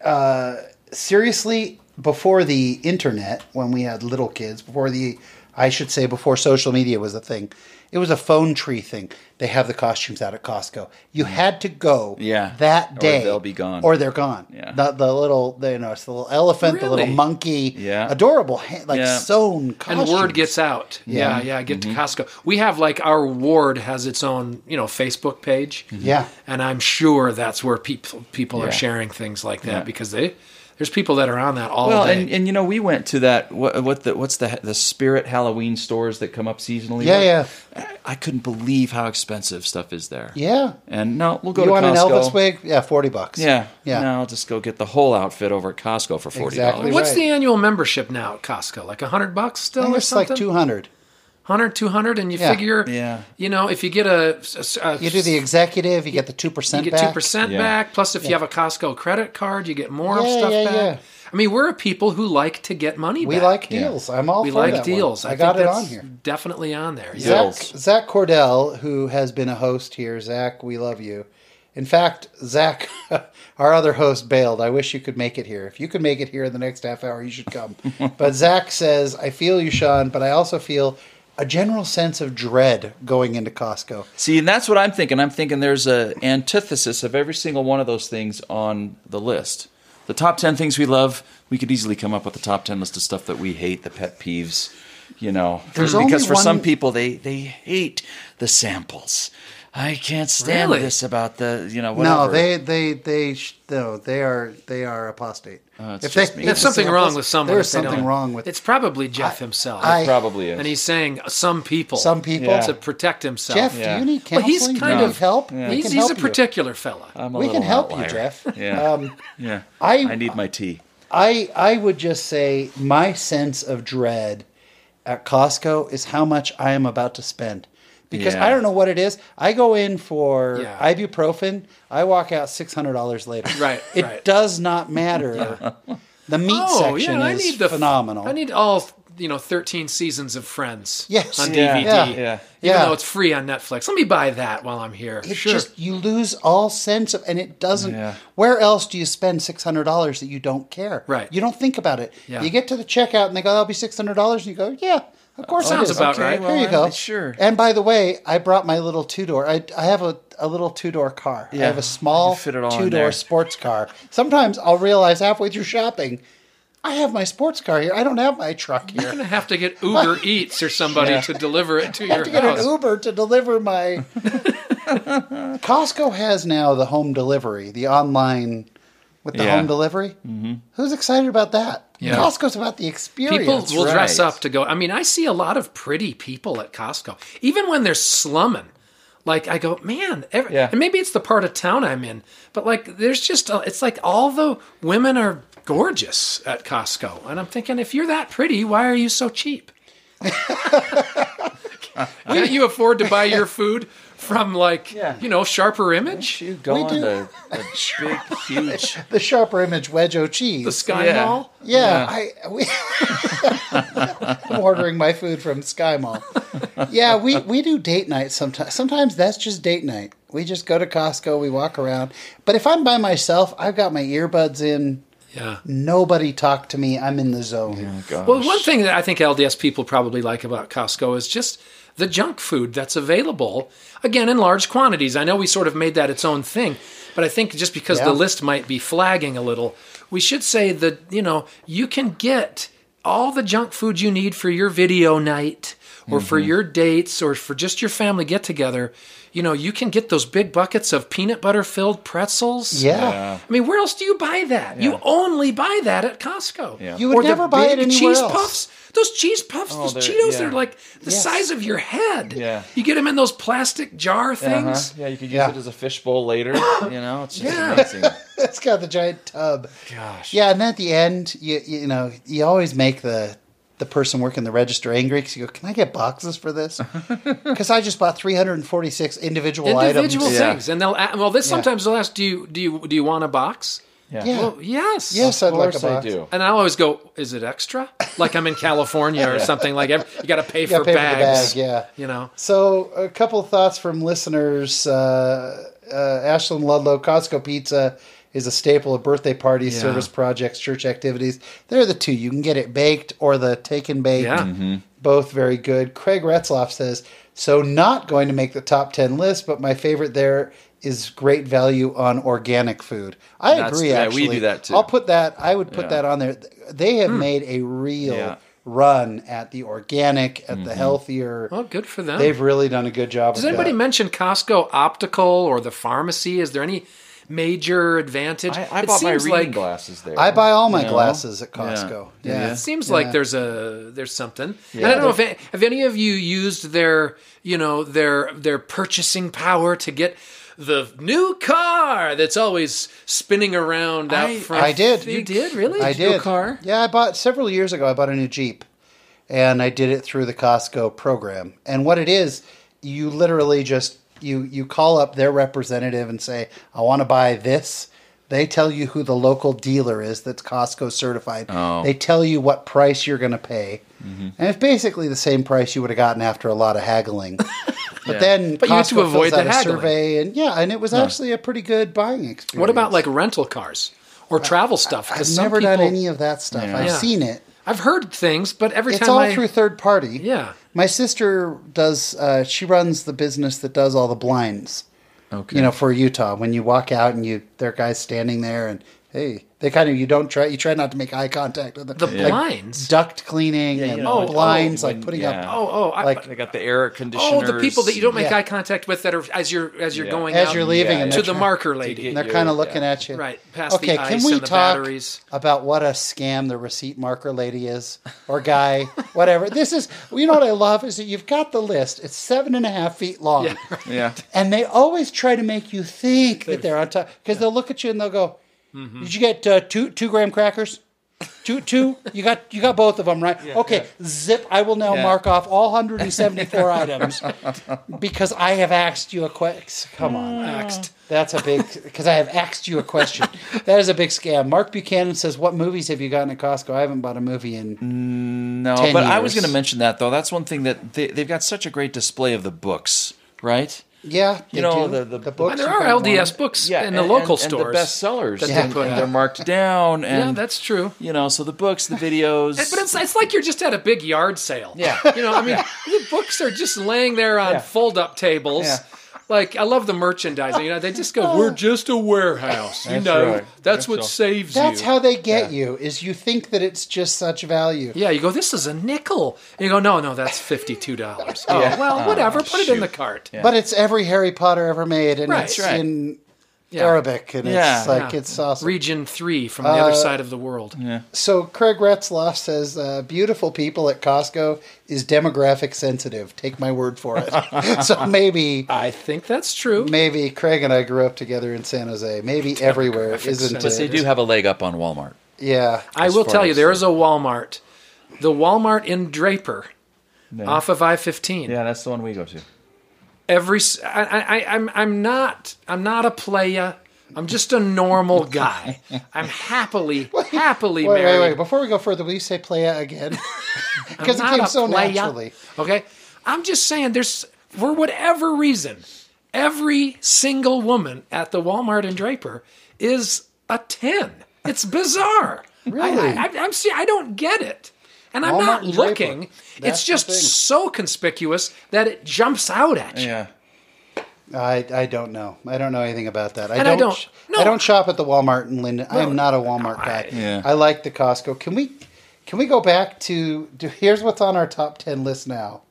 Speaker 1: uh, seriously, before the internet, when we had little kids, before the I should say before social media was a thing, it was a phone tree thing. They have the costumes out at Costco. You had to go
Speaker 3: Mm. Yeah.
Speaker 1: that
Speaker 3: Or
Speaker 1: day.
Speaker 3: they'll be gone.
Speaker 1: Or they're gone.
Speaker 3: Yeah.
Speaker 1: The, the little, the, you know, it's the little elephant, the little
Speaker 2: Really?
Speaker 1: monkey.
Speaker 3: Yeah.
Speaker 1: Adorable, ha- like
Speaker 3: Yeah.
Speaker 1: sewn
Speaker 2: and
Speaker 1: costumes.
Speaker 2: word gets out. Yeah, yeah. get
Speaker 1: Mm-hmm.
Speaker 2: to Costco. We have like our ward has its own, you know, Facebook page.
Speaker 1: Yeah.
Speaker 2: And I'm sure that's where people people
Speaker 3: Yeah.
Speaker 2: are sharing things like that
Speaker 3: Yeah.
Speaker 2: because they There's people that are on that all
Speaker 3: Well,
Speaker 2: day.
Speaker 3: and, and you know, we went to that what, what the what's the the Spirit Halloween stores that come up seasonally.
Speaker 1: Yeah, yeah.
Speaker 3: I- I couldn't believe how expensive stuff is there.
Speaker 1: Yeah.
Speaker 3: And no, we'll go
Speaker 1: you
Speaker 3: to
Speaker 1: want an
Speaker 3: Costco.
Speaker 1: Elvis wig? Yeah, forty bucks.
Speaker 3: Yeah.
Speaker 1: Yeah.
Speaker 3: No, I'll just go get the whole outfit over at Costco for $40.
Speaker 1: Exactly.
Speaker 2: What's
Speaker 1: right.
Speaker 2: the annual membership now at Costco? Like a hundred bucks
Speaker 1: I
Speaker 2: still,
Speaker 1: think
Speaker 2: or
Speaker 1: it's like
Speaker 2: something?
Speaker 1: two hundred.
Speaker 2: 100, 200, and you
Speaker 1: Yeah.
Speaker 2: figure,
Speaker 3: Yeah.
Speaker 2: you know, if you get a, a- a-
Speaker 1: You do the executive, you get the two
Speaker 2: you
Speaker 1: percent
Speaker 2: get two
Speaker 1: back.
Speaker 2: percent
Speaker 3: Yeah.
Speaker 2: back. Plus, if you have a Costco credit card, you get more
Speaker 1: Yeah,
Speaker 2: stuff
Speaker 1: yeah,
Speaker 2: back.
Speaker 1: yeah.
Speaker 2: I mean, we're people who like to get money.
Speaker 1: We
Speaker 2: back.
Speaker 1: like deals. I'm all
Speaker 2: we
Speaker 1: for
Speaker 2: like
Speaker 1: that one.
Speaker 2: deals.
Speaker 1: I,
Speaker 2: think
Speaker 1: got it
Speaker 2: that's
Speaker 1: on here.
Speaker 2: Definitely on there. Yeah.
Speaker 1: Zach,
Speaker 3: Bills.
Speaker 1: Zach Cordell, who has been a host here, Zach, we love you. In fact, Zach, our other host bailed. I wish you could make it here. If you could make it here in the next half hour, you should come. but Zach says, I feel you, Sean, but I also feel a general sense of dread going into Costco.
Speaker 3: See, and that's what I'm thinking. I'm thinking there's a antithesis of every single one of those things on the list. The top 10 things we love, we could easily come up with the top 10 list of stuff that we hate, the pet peeves, you know.
Speaker 1: There's
Speaker 3: because
Speaker 1: only
Speaker 3: for some
Speaker 1: one-
Speaker 3: people they they hate the samples. I can't stand
Speaker 2: Really?
Speaker 3: this about the, you know, whatever.
Speaker 1: No, they they they sh- no, they are they are apostate.
Speaker 3: Oh, it's
Speaker 1: they,
Speaker 3: just me.
Speaker 2: There's
Speaker 3: Yeah.
Speaker 2: something wrong with someone.
Speaker 1: There's
Speaker 2: if they don't-
Speaker 1: something wrong with
Speaker 2: It's probably Jeff himself.
Speaker 1: I-
Speaker 3: probably is.
Speaker 2: and he's saying some people.
Speaker 1: some people.
Speaker 3: Yeah.
Speaker 2: to protect himself.
Speaker 1: Jeff,
Speaker 3: Yeah.
Speaker 1: do you need
Speaker 2: Well,
Speaker 1: counseling?
Speaker 2: he's kind
Speaker 1: do you
Speaker 2: of-
Speaker 1: need help. We
Speaker 2: he's,
Speaker 1: can
Speaker 2: he's a
Speaker 1: help you.
Speaker 2: particular fella.
Speaker 3: I'm a
Speaker 1: We can
Speaker 3: little
Speaker 1: help
Speaker 3: outlier.
Speaker 1: you, Jeff.
Speaker 3: Yeah.
Speaker 1: Um,
Speaker 3: yeah.
Speaker 1: I-
Speaker 3: I need my tea.
Speaker 1: I I would just say my sense of dread at Costco is how much I am about to spend. Because
Speaker 3: Yeah.
Speaker 1: I don't know what it is. I go in for
Speaker 2: Yeah.
Speaker 1: ibuprofen, I walk out six hundred dollars later.
Speaker 2: Right,
Speaker 1: It
Speaker 2: right.
Speaker 1: does not matter. The meat
Speaker 2: oh
Speaker 1: section
Speaker 2: yeah, I
Speaker 1: is
Speaker 2: need the
Speaker 1: phenomenal.
Speaker 2: I need all you know, thirteen seasons of Friends.
Speaker 1: Yes.
Speaker 2: on
Speaker 1: Yeah,
Speaker 2: DVD.
Speaker 1: yeah,
Speaker 3: yeah.
Speaker 2: Even
Speaker 1: Yeah.
Speaker 2: though it's free on Netflix, let me buy that while I'm here.
Speaker 1: it
Speaker 2: sure.
Speaker 1: just you lose all sense of and it doesn't
Speaker 3: Yeah.
Speaker 1: where else do you spend six hundred dollars that you don't care?
Speaker 2: Right.
Speaker 1: You don't think about it.
Speaker 2: Yeah.
Speaker 1: You get to the checkout and they go, That'll be six hundred dollars and you go, Yeah, of
Speaker 3: Oh,
Speaker 1: course it
Speaker 2: sounds
Speaker 1: is."
Speaker 2: about
Speaker 1: Okay,
Speaker 2: right.
Speaker 1: there
Speaker 3: Well,
Speaker 1: you go.
Speaker 3: I'm- sure.
Speaker 1: And by the way, I brought my little two door I I have a, a little two door car. I
Speaker 3: Yeah.
Speaker 1: have a small
Speaker 3: You fit it all in
Speaker 1: two door
Speaker 3: there.
Speaker 1: sports car. Sometimes I'll realize halfway through shopping, I have my sports car here. I don't have my truck
Speaker 2: You're
Speaker 1: here.
Speaker 2: gonna have to get Uber Eats or somebody to deliver it to
Speaker 1: I have
Speaker 2: your
Speaker 1: to get an
Speaker 2: house.
Speaker 1: Uber to deliver my. Costco has now the home delivery, the online with the
Speaker 3: Yeah.
Speaker 1: home delivery. Mm-hmm. Who's excited about that?
Speaker 2: Yeah.
Speaker 1: Costco's about the experience.
Speaker 2: People will
Speaker 3: Oh, right.
Speaker 2: dress up to go. I mean, I see a lot of pretty people at Costco, even when they're slumming. Like I go, man, every,
Speaker 3: Yeah.
Speaker 2: and maybe it's the part of town I'm in, but like there's just a, it's like all the women are gorgeous at Costco, and I'm thinking if you're that pretty, why are you so cheap? Can't you afford to buy your food from like
Speaker 3: Yeah.
Speaker 2: you know sharper image,
Speaker 3: You go
Speaker 1: We
Speaker 3: on
Speaker 1: do.
Speaker 3: the, the big huge
Speaker 1: the sharper image wedge
Speaker 2: the
Speaker 1: cheese.
Speaker 2: Sky
Speaker 3: Yeah.
Speaker 2: Mall?
Speaker 1: yeah, I, we, I'm ordering my food from Sky Mall. Yeah, we, we do date night sometimes. Sometimes that's just date night. We just go to Costco, we walk around. But if I'm by myself, I've got my earbuds in.
Speaker 2: Yeah.
Speaker 1: Nobody talk to me. I'm in the zone.
Speaker 3: gosh.
Speaker 2: Well, one thing that I think LDS people probably like about Costco is just the junk food that's available, again, in large quantities. I know we sort of made that its own thing, but I think just because
Speaker 1: Yeah.
Speaker 2: the list might be flagging a little, we should say that, you know, you can get all the junk food you need for your video night or for
Speaker 1: Mm-hmm.
Speaker 2: your dates or for just your family get together. You know, you can get those big buckets of peanut butter filled pretzels.
Speaker 1: Yeah.
Speaker 3: Yeah.
Speaker 2: I mean, where else do you buy that? You only buy that at Costco.
Speaker 3: Yeah.
Speaker 1: You would
Speaker 2: the
Speaker 1: never buy it
Speaker 2: big
Speaker 1: anywhere
Speaker 2: cheese
Speaker 1: else.
Speaker 2: puffs. Those cheese puffs,
Speaker 3: Oh,
Speaker 2: those
Speaker 3: they're-
Speaker 2: Cheetos,
Speaker 3: yeah.
Speaker 2: they're like the
Speaker 1: Yes.
Speaker 2: size of your head.
Speaker 3: Yeah. Uh-huh.
Speaker 2: You get them in those plastic jar things.
Speaker 3: Yeah, you could use
Speaker 1: Yeah.
Speaker 3: it as a fishbowl later. You know, it's just
Speaker 2: Yeah.
Speaker 3: amazing.
Speaker 1: it's got the giant tub.
Speaker 3: Gosh.
Speaker 1: Yeah, and at the end, you you know, you always make the the person working the register angry because you go, "Can I get boxes for this?" Because I just bought 346 individual,
Speaker 2: Individual
Speaker 1: items.
Speaker 3: Yeah.
Speaker 2: things, and they'll a- well. This sometimes they'll ask, "Do you do you do you want a box?"
Speaker 3: Yeah.
Speaker 1: Yeah.
Speaker 2: Well, yes,
Speaker 1: Yes,
Speaker 3: Of
Speaker 1: I'd like
Speaker 3: course
Speaker 1: a
Speaker 3: I
Speaker 1: box.
Speaker 3: do.
Speaker 2: And I always go, "Is it extra?" Like I'm in California or something. Like every, you got to pay
Speaker 1: Yeah,
Speaker 2: for
Speaker 1: pay for the
Speaker 2: bags.
Speaker 1: bag, yeah.
Speaker 2: you know.
Speaker 1: So, a couple of thoughts from listeners. Uh, uh, Ashland Ludlow, Costco Pizza is a staple of birthday parties,
Speaker 2: Yeah.
Speaker 1: service projects, church activities. They're the two. You can get it baked or the take and bake.
Speaker 2: Yeah.
Speaker 3: Mm-hmm.
Speaker 1: Both very good. Craig Retzloff says, so not going to make the top 10 list, but my favorite there is great value on organic food. I
Speaker 3: That's-
Speaker 1: agree,
Speaker 3: yeah, we
Speaker 1: actually.
Speaker 3: do that too.
Speaker 1: I'll put that, I would put
Speaker 3: Yeah.
Speaker 1: that on there. They have
Speaker 2: Hmm.
Speaker 1: made a real
Speaker 3: Yeah. Mm-hmm.
Speaker 1: run at the organic, at the healthier.
Speaker 2: Well, good for
Speaker 3: Oh.
Speaker 2: them.
Speaker 1: They've really done a good job.
Speaker 2: Does anybody mention Costco Optical or the pharmacy? Is there any major advantage.
Speaker 3: I, I
Speaker 2: it
Speaker 3: bought my
Speaker 2: seems
Speaker 3: reading
Speaker 2: like
Speaker 3: glasses there.
Speaker 1: I buy all my
Speaker 3: No.
Speaker 1: glasses at
Speaker 3: Yeah.
Speaker 1: Costco.
Speaker 3: Yeah.
Speaker 1: Yeah.
Speaker 3: Yeah.
Speaker 2: It seems
Speaker 1: Yeah.
Speaker 2: like there's a there's something. And I don't know if any, have any of you used their you know their their purchasing power to get the new car that's always spinning around out
Speaker 3: I-
Speaker 2: front.
Speaker 1: I did.
Speaker 2: You did really?
Speaker 1: I
Speaker 3: you
Speaker 1: did.
Speaker 3: a car?
Speaker 1: Yeah, I bought several years ago. I bought a new Jeep, and I did it through the Costco program. And what it is, you literally just you you call up their representative and say, "I want to buy this." They tell you who the local dealer is that's Costco certified.
Speaker 3: Oh. Mm-hmm.
Speaker 1: They tell you what price you're going to pay, and it's basically the same price you would have gotten after a lot of haggling. But
Speaker 3: Yeah.
Speaker 1: then Costco
Speaker 2: But you had to
Speaker 1: fills
Speaker 2: avoid the
Speaker 1: out a
Speaker 2: haggling.
Speaker 1: survey, and yeah, and it was actually a pretty good buying experience.
Speaker 2: What about like rental cars or travel stuff?
Speaker 1: I've
Speaker 2: some
Speaker 1: never done
Speaker 2: people-
Speaker 1: any of that stuff.
Speaker 3: Yeah.
Speaker 1: I've
Speaker 2: Yeah.
Speaker 1: seen it.
Speaker 2: I've heard things, but every
Speaker 1: It's
Speaker 2: time
Speaker 1: all
Speaker 2: I,
Speaker 1: through third party.
Speaker 2: yeah,
Speaker 1: My sister does. Uh, she runs the business that does all the blinds.
Speaker 3: Okay.
Speaker 1: You know, for Utah, when you walk out and you there are guys standing there, and hey, they kind of you don't try. You try not to make eye contact with them.
Speaker 2: the
Speaker 1: Like,
Speaker 2: blinds.
Speaker 1: duct cleaning and
Speaker 3: you know,
Speaker 2: like-
Speaker 1: blinds,
Speaker 3: oh,
Speaker 1: like
Speaker 3: when-
Speaker 1: putting
Speaker 3: yeah.
Speaker 1: up
Speaker 2: oh, oh, I,
Speaker 1: Like-
Speaker 3: They got the air conditioners.
Speaker 2: oh, the people that you don't make
Speaker 1: Yeah.
Speaker 2: eye contact with that are as you're as you're
Speaker 3: Yeah.
Speaker 2: going
Speaker 1: as
Speaker 2: out
Speaker 1: you're leaving,
Speaker 3: yeah,
Speaker 1: and
Speaker 2: to
Speaker 1: they're,
Speaker 2: the
Speaker 1: try-
Speaker 2: marker
Speaker 3: To
Speaker 2: lady.
Speaker 3: get-
Speaker 1: and they're
Speaker 3: you-
Speaker 1: kind of looking
Speaker 3: yeah.
Speaker 1: at you.
Speaker 2: Right, past the
Speaker 1: okay,
Speaker 2: ice
Speaker 1: can we
Speaker 2: and the
Speaker 1: talk
Speaker 2: batteries.
Speaker 1: about what a scam the receipt marker lady is or guy, whatever? This is, you know what I love is that you've got the list. It's seven and a half feet long.
Speaker 2: Yeah.
Speaker 3: Yeah.
Speaker 1: And they always try to make you think that they're on top because they'll look at you and they'll go,
Speaker 3: Mm-hmm.
Speaker 1: "Did you get uh, two two graham crackers? Two two? You got you got both of them right? okay, zip. I will now
Speaker 3: Yeah.
Speaker 1: mark off all 174 items because I have asked you a question. Come on,
Speaker 3: Mm.
Speaker 2: Axed.
Speaker 1: That's a big because I have asked you a question. That is a big scam. Mark Buchanan says, "What movies have you gotten at Costco? I haven't bought a movie in."
Speaker 3: No,
Speaker 1: 10
Speaker 3: but I was
Speaker 1: years.
Speaker 3: going to mention that though. That's one thing that they, they've got such a great display of the books, right?
Speaker 1: Yeah, they
Speaker 3: You know,
Speaker 1: do.
Speaker 3: the- the-
Speaker 1: books
Speaker 2: And there
Speaker 1: you
Speaker 2: are
Speaker 1: can want.
Speaker 2: LDS books in the
Speaker 3: and-
Speaker 2: local
Speaker 3: and-
Speaker 2: stores.
Speaker 3: and the bestsellers,
Speaker 2: that they
Speaker 3: and,
Speaker 2: put
Speaker 3: and
Speaker 2: out.
Speaker 3: they're marked down. And
Speaker 2: yeah, that's true.
Speaker 3: you know, so the books, the videos.
Speaker 2: But it's, it's like you're just at a big yard sale.
Speaker 3: Yeah.
Speaker 2: You know, I mean, the books are just laying there on
Speaker 3: Yeah.
Speaker 2: fold up tables.
Speaker 3: Yeah. Oh.
Speaker 2: Like, I love the merchandising. You know, they just go, we're just a warehouse. You
Speaker 3: That's
Speaker 2: know,
Speaker 3: right.
Speaker 2: that's what
Speaker 3: That's
Speaker 2: saves
Speaker 1: That's
Speaker 2: you.
Speaker 1: how they get you. Is you think that it's just such value.
Speaker 2: yeah, you go, this is a nickel. And you go, no, no, that's $52. Oh,
Speaker 3: Yeah.
Speaker 2: well, whatever. Put it in
Speaker 3: shoot.
Speaker 2: the cart.
Speaker 1: But it's every Harry Potter ever made, and
Speaker 2: Right.
Speaker 1: it's
Speaker 3: That's right.
Speaker 1: in
Speaker 2: Yeah.
Speaker 1: Arabic, and
Speaker 3: Yeah.
Speaker 1: it's like
Speaker 2: Yeah.
Speaker 1: it's awesome.
Speaker 2: Region 3 from the other side of the world.
Speaker 1: so Craig Retzloff says, uh, "Beautiful people at Costco is demographic sensitive. Take my word for it." so maybe,
Speaker 2: I think that's true.
Speaker 1: maybe Craig and I grew up together in San Jose. Maybe everywhere isn't
Speaker 2: sensitive.
Speaker 3: but they
Speaker 1: it?
Speaker 3: do have a leg up on Walmart.
Speaker 1: Yeah,
Speaker 2: I will
Speaker 3: far
Speaker 2: tell you,
Speaker 3: as
Speaker 2: there
Speaker 3: the-
Speaker 2: is a Walmart. The Walmart in Draper off of I 15.
Speaker 3: Yeah, that's the one we go to.
Speaker 2: every s- I, am I'm not I'm not a playa. I'm just a normal guy. I'm happily happily
Speaker 1: Wait,
Speaker 2: married.
Speaker 1: wait, wait! Before we go further, will you say "playa" again? Because it
Speaker 2: I'm not
Speaker 1: came
Speaker 2: a
Speaker 1: so
Speaker 2: playa,
Speaker 1: naturally.
Speaker 2: Okay, I'm just saying there's for whatever reason, every single woman at the Walmart in Draper is a ten. It's bizarre.
Speaker 1: Really?
Speaker 2: I, I, I'm see. I don't get it. And I'm
Speaker 1: Walmart
Speaker 2: not
Speaker 1: in Draper.
Speaker 2: looking.
Speaker 1: That's
Speaker 2: It's
Speaker 1: the
Speaker 2: just
Speaker 1: thing.
Speaker 2: so conspicuous that it jumps out at you.
Speaker 3: Yeah.
Speaker 1: I, I don't know. I don't know anything about that. I
Speaker 2: And
Speaker 1: don't.
Speaker 2: I
Speaker 1: I
Speaker 2: don't-
Speaker 1: don't,
Speaker 2: no.
Speaker 1: shop at the Walmart in Linden. I am not a Walmart guy.
Speaker 3: Yeah.
Speaker 1: I like the Costco. Can we? Can we go back to? Do, here's what's on our top ten list now.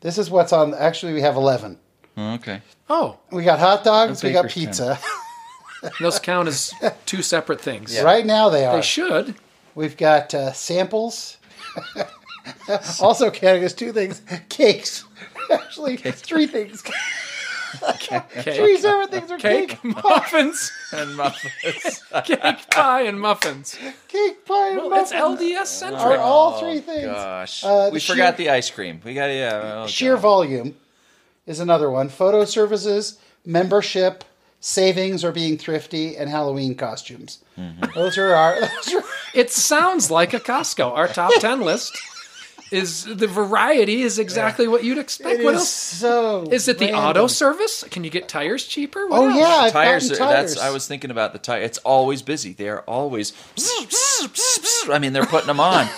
Speaker 1: This is what's on. Actually, we have eleven.
Speaker 3: Okay.
Speaker 2: Oh,
Speaker 1: We got hot dogs.
Speaker 3: The
Speaker 1: We got
Speaker 3: Baker's
Speaker 1: pizza.
Speaker 2: those count as two separate things.
Speaker 1: right now they are.
Speaker 2: They should.
Speaker 1: We've got uh, samples. also, counting as two things: cakes. Actually, three things. three
Speaker 2: Cake,
Speaker 1: separate things are cake.
Speaker 2: cake muffins,
Speaker 3: And muffins.
Speaker 2: cake pie, and muffins.
Speaker 1: Cake pie and
Speaker 2: Well,
Speaker 1: muffins.
Speaker 2: it's LDS
Speaker 1: Are
Speaker 2: centric.
Speaker 3: Oh,
Speaker 1: all three
Speaker 2: Oh,
Speaker 1: things.
Speaker 3: Gosh,
Speaker 1: Uh,
Speaker 3: we
Speaker 1: the sheer-
Speaker 3: forgot the ice cream. We got yeah. oh,
Speaker 1: Sheer
Speaker 3: God.
Speaker 1: volume is another one. Photo services, membership, savings, or being thrifty, and Halloween costumes.
Speaker 3: Mm-hmm.
Speaker 1: Those are our. Those are,
Speaker 2: It sounds like a Costco. Our top ten list is the variety is exactly what you'd expect.
Speaker 1: it
Speaker 2: what
Speaker 1: is
Speaker 2: else?
Speaker 1: so.
Speaker 2: Is it the
Speaker 1: random.
Speaker 2: auto service? Can you get tires cheaper? What
Speaker 1: Oh
Speaker 2: else?
Speaker 1: yeah, I've
Speaker 3: tires.
Speaker 1: tires.
Speaker 3: Are,
Speaker 1: Gotten
Speaker 3: That's
Speaker 1: tires.
Speaker 3: I was thinking about the tire. It's always busy. They are always. I mean, they're putting them on.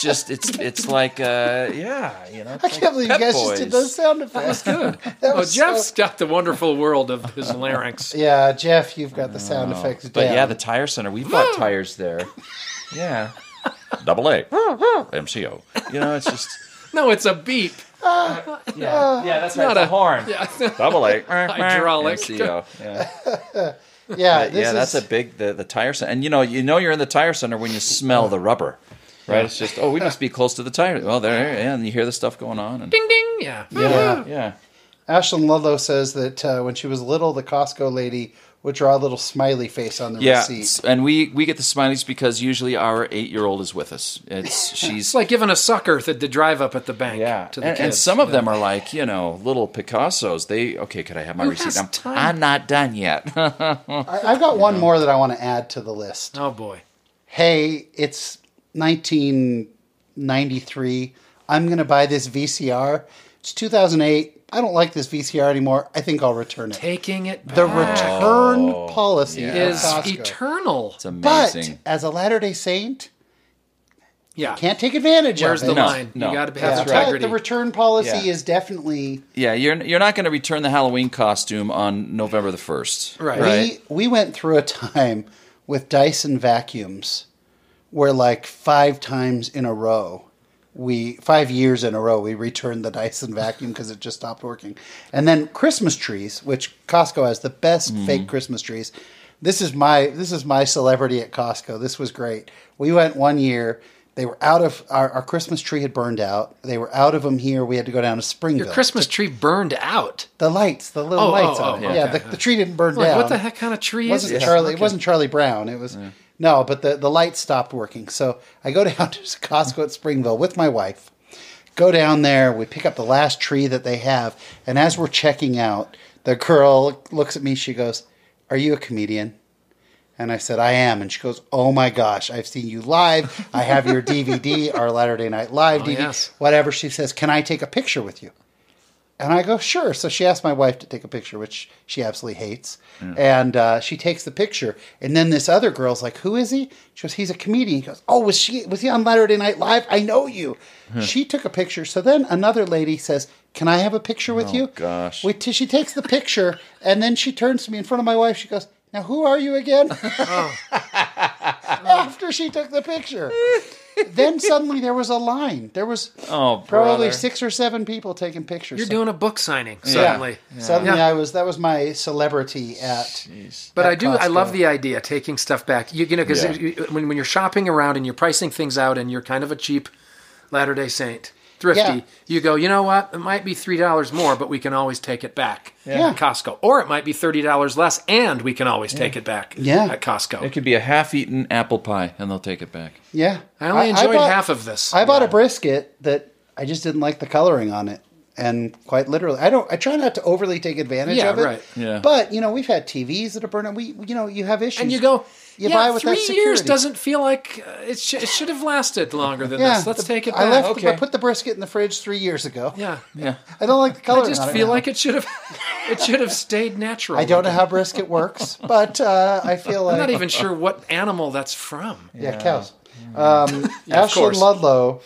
Speaker 3: Just it's it's like uh yeah, you know. it's
Speaker 1: I
Speaker 3: like
Speaker 1: can't believe you
Speaker 3: Pep
Speaker 1: guys just did
Speaker 3: Boys.
Speaker 1: those sound effects.
Speaker 2: good.
Speaker 1: That
Speaker 2: Oh,
Speaker 1: was
Speaker 2: Jeff's
Speaker 1: so-
Speaker 2: got the wonderful world of his larynx.
Speaker 1: yeah, Jeff, you've got the sound effects
Speaker 3: Oh, But
Speaker 1: down.
Speaker 3: yeah, the tire center. We've got tires there. Yeah. Double A. MCO. You know, it's just
Speaker 2: No, it's a beep.
Speaker 3: Uh, yeah, yeah. That's
Speaker 2: not
Speaker 3: right.
Speaker 2: a-
Speaker 3: horn. Double A.
Speaker 2: Hydraulic.
Speaker 3: MCO. Yeah.
Speaker 1: Yeah, this
Speaker 3: yeah, that's a
Speaker 1: is-
Speaker 3: big the the tire center, and you know you know you're in the tire center when you smell the rubber, right? It's just oh we must be close to the tire. Well there, yeah, and you hear the stuff going on, and
Speaker 2: Ding ding. Yeah.
Speaker 3: yeah, yeah.
Speaker 1: Ashlyn Ludlow says that uh, when she was little, the Costco lady would draw a little smiley face on the
Speaker 3: Yeah,
Speaker 1: receipt.
Speaker 3: s- and we we get the smileys because usually our eight year old is with us. It's she's
Speaker 2: It's like giving a sucker the, the drive up at the bank.
Speaker 3: yeah,
Speaker 2: To the
Speaker 3: and,
Speaker 2: kids.
Speaker 3: and some of them are like you know little Picasso's. They okay, could I have my
Speaker 2: Who
Speaker 3: receipt?
Speaker 2: has
Speaker 3: I'm,
Speaker 2: time?
Speaker 3: I'm not done yet.
Speaker 1: I, I've got one more that I want to add to the list.
Speaker 2: Oh boy.
Speaker 1: Hey, it's 1993. I'm going to buy this VCR. It's 2008. I don't like this VCR anymore. I think I'll return it.
Speaker 2: Taking it
Speaker 1: The
Speaker 2: back
Speaker 1: return policy
Speaker 3: Oh,
Speaker 2: is
Speaker 1: is Costco.
Speaker 2: eternal.
Speaker 3: it's
Speaker 1: But
Speaker 3: amazing.
Speaker 1: as a Latter Day Saint,
Speaker 2: yeah.
Speaker 1: can't take advantage
Speaker 2: Where's
Speaker 1: of
Speaker 2: the
Speaker 1: it.
Speaker 3: No,
Speaker 2: line?
Speaker 3: no.
Speaker 2: You got to
Speaker 1: Yeah,
Speaker 2: have
Speaker 1: but
Speaker 2: integrity.
Speaker 1: the return policy
Speaker 3: Yeah.
Speaker 1: is definitely
Speaker 3: yeah, you're you're not going to return the Halloween costume on November the first,
Speaker 2: Right.
Speaker 3: Right.
Speaker 1: We we went through a time with Dyson vacuums where like five times in a row we five years in a row we returned the Dyson vacuum because it just stopped working. And then Christmas trees, which Costco has the best
Speaker 2: Mm-hmm.
Speaker 1: fake Christmas trees. This is my this is my celebrity at Costco. This was great. We went one year. They were out of our, our Christmas tree had burned out. They were out of them here. We had to go down to Springville.
Speaker 2: Your Christmas tree burned out.
Speaker 1: the lights, the little
Speaker 2: Oh,
Speaker 1: lights
Speaker 2: oh,
Speaker 1: on
Speaker 2: oh,
Speaker 1: it. Yeah,
Speaker 2: okay.
Speaker 1: the, the tree didn't burn
Speaker 2: Like,
Speaker 1: down
Speaker 2: what the heck kind of tree is
Speaker 1: wasn't
Speaker 2: this?
Speaker 1: Charlie. It
Speaker 2: Okay.
Speaker 1: wasn't Charlie Brown. It was no, but the the light stopped working. So I go down to Costco at Springville with my wife. Go down there. We pick up the last tree that they have, and as we're checking out, the girl looks at me. She goes, "Are you a comedian?" And I said, I am. And she goes, Oh my gosh, I've seen you live. I have your DVD, our Latter day Night Live DVD,
Speaker 2: Oh, yes.
Speaker 1: whatever. She says, Can I take a picture with you? And I go, Sure. So she asked my wife to take a picture, which she absolutely hates. And uh, she takes the picture. And then this other girl's like, Who is he? She goes, He's a comedian. He goes, Oh, was, she, was he on Latter day Night Live? I know you.
Speaker 3: Hmm.
Speaker 1: She took a picture. So then another lady says, Can I have a picture with you?
Speaker 3: Oh, gosh.
Speaker 1: We t- she takes the picture. And then she turns to me in front of my wife. She goes, Now, who are you again? after she took the picture. then suddenly there was a line. There was
Speaker 3: Oh,
Speaker 1: probably
Speaker 3: brother.
Speaker 1: six or seven people taking pictures.
Speaker 2: You're
Speaker 1: So-
Speaker 2: doing a book signing
Speaker 1: Yeah.
Speaker 2: suddenly.
Speaker 1: Suddenly
Speaker 2: Yeah.
Speaker 1: I was that was my celebrity at
Speaker 2: But
Speaker 1: at
Speaker 2: I do. I
Speaker 1: Costco.
Speaker 2: love the idea taking stuff back. You, you know, because
Speaker 3: Yeah.
Speaker 2: when, when you're shopping around and you're pricing things out, and you're kind of a cheap Latter Day Saint thrifty,
Speaker 1: Yeah.
Speaker 2: you go. You know what? It might be three dollars more, but we can always take it back
Speaker 1: Yeah.
Speaker 2: at Costco, or it might be thirty dollars less, and we can always take it back
Speaker 1: Yeah.
Speaker 2: at
Speaker 3: It
Speaker 2: Costco.
Speaker 3: could be a half-eaten apple pie, and they'll take it back.
Speaker 1: Yeah.
Speaker 2: I only enjoyed
Speaker 1: bought-
Speaker 2: half of this.
Speaker 1: I bought a brisket that I just didn't like the coloring on it. And quite literally, I don't. I try not to overly take advantage
Speaker 2: Yeah,
Speaker 1: of it.
Speaker 2: right.
Speaker 3: Yeah.
Speaker 1: But you know, we've had TVs that are burning. We, you know, you have issues.
Speaker 2: and you go.
Speaker 1: you
Speaker 2: yeah,
Speaker 1: buy with that
Speaker 2: three years
Speaker 1: security.
Speaker 2: doesn't feel like uh, it, sh- it should have lasted longer than
Speaker 1: Yeah,
Speaker 2: this. Let's
Speaker 1: the-
Speaker 2: take it back.
Speaker 1: I left. the- I
Speaker 3: Okay.
Speaker 1: put the brisket in the fridge three years ago.
Speaker 2: yeah.
Speaker 3: Yeah.
Speaker 1: I don't like the
Speaker 2: I
Speaker 1: coloring.
Speaker 2: just
Speaker 1: on it
Speaker 2: feel
Speaker 1: now.
Speaker 2: like it should have. It should have stayed natural.
Speaker 1: I don't know how brisket works, but uh, I feel like
Speaker 2: I'm not even sure what animal that's from.
Speaker 1: yeah, cows. Um,
Speaker 2: of
Speaker 1: Ashlyn
Speaker 2: course.
Speaker 1: Ludlow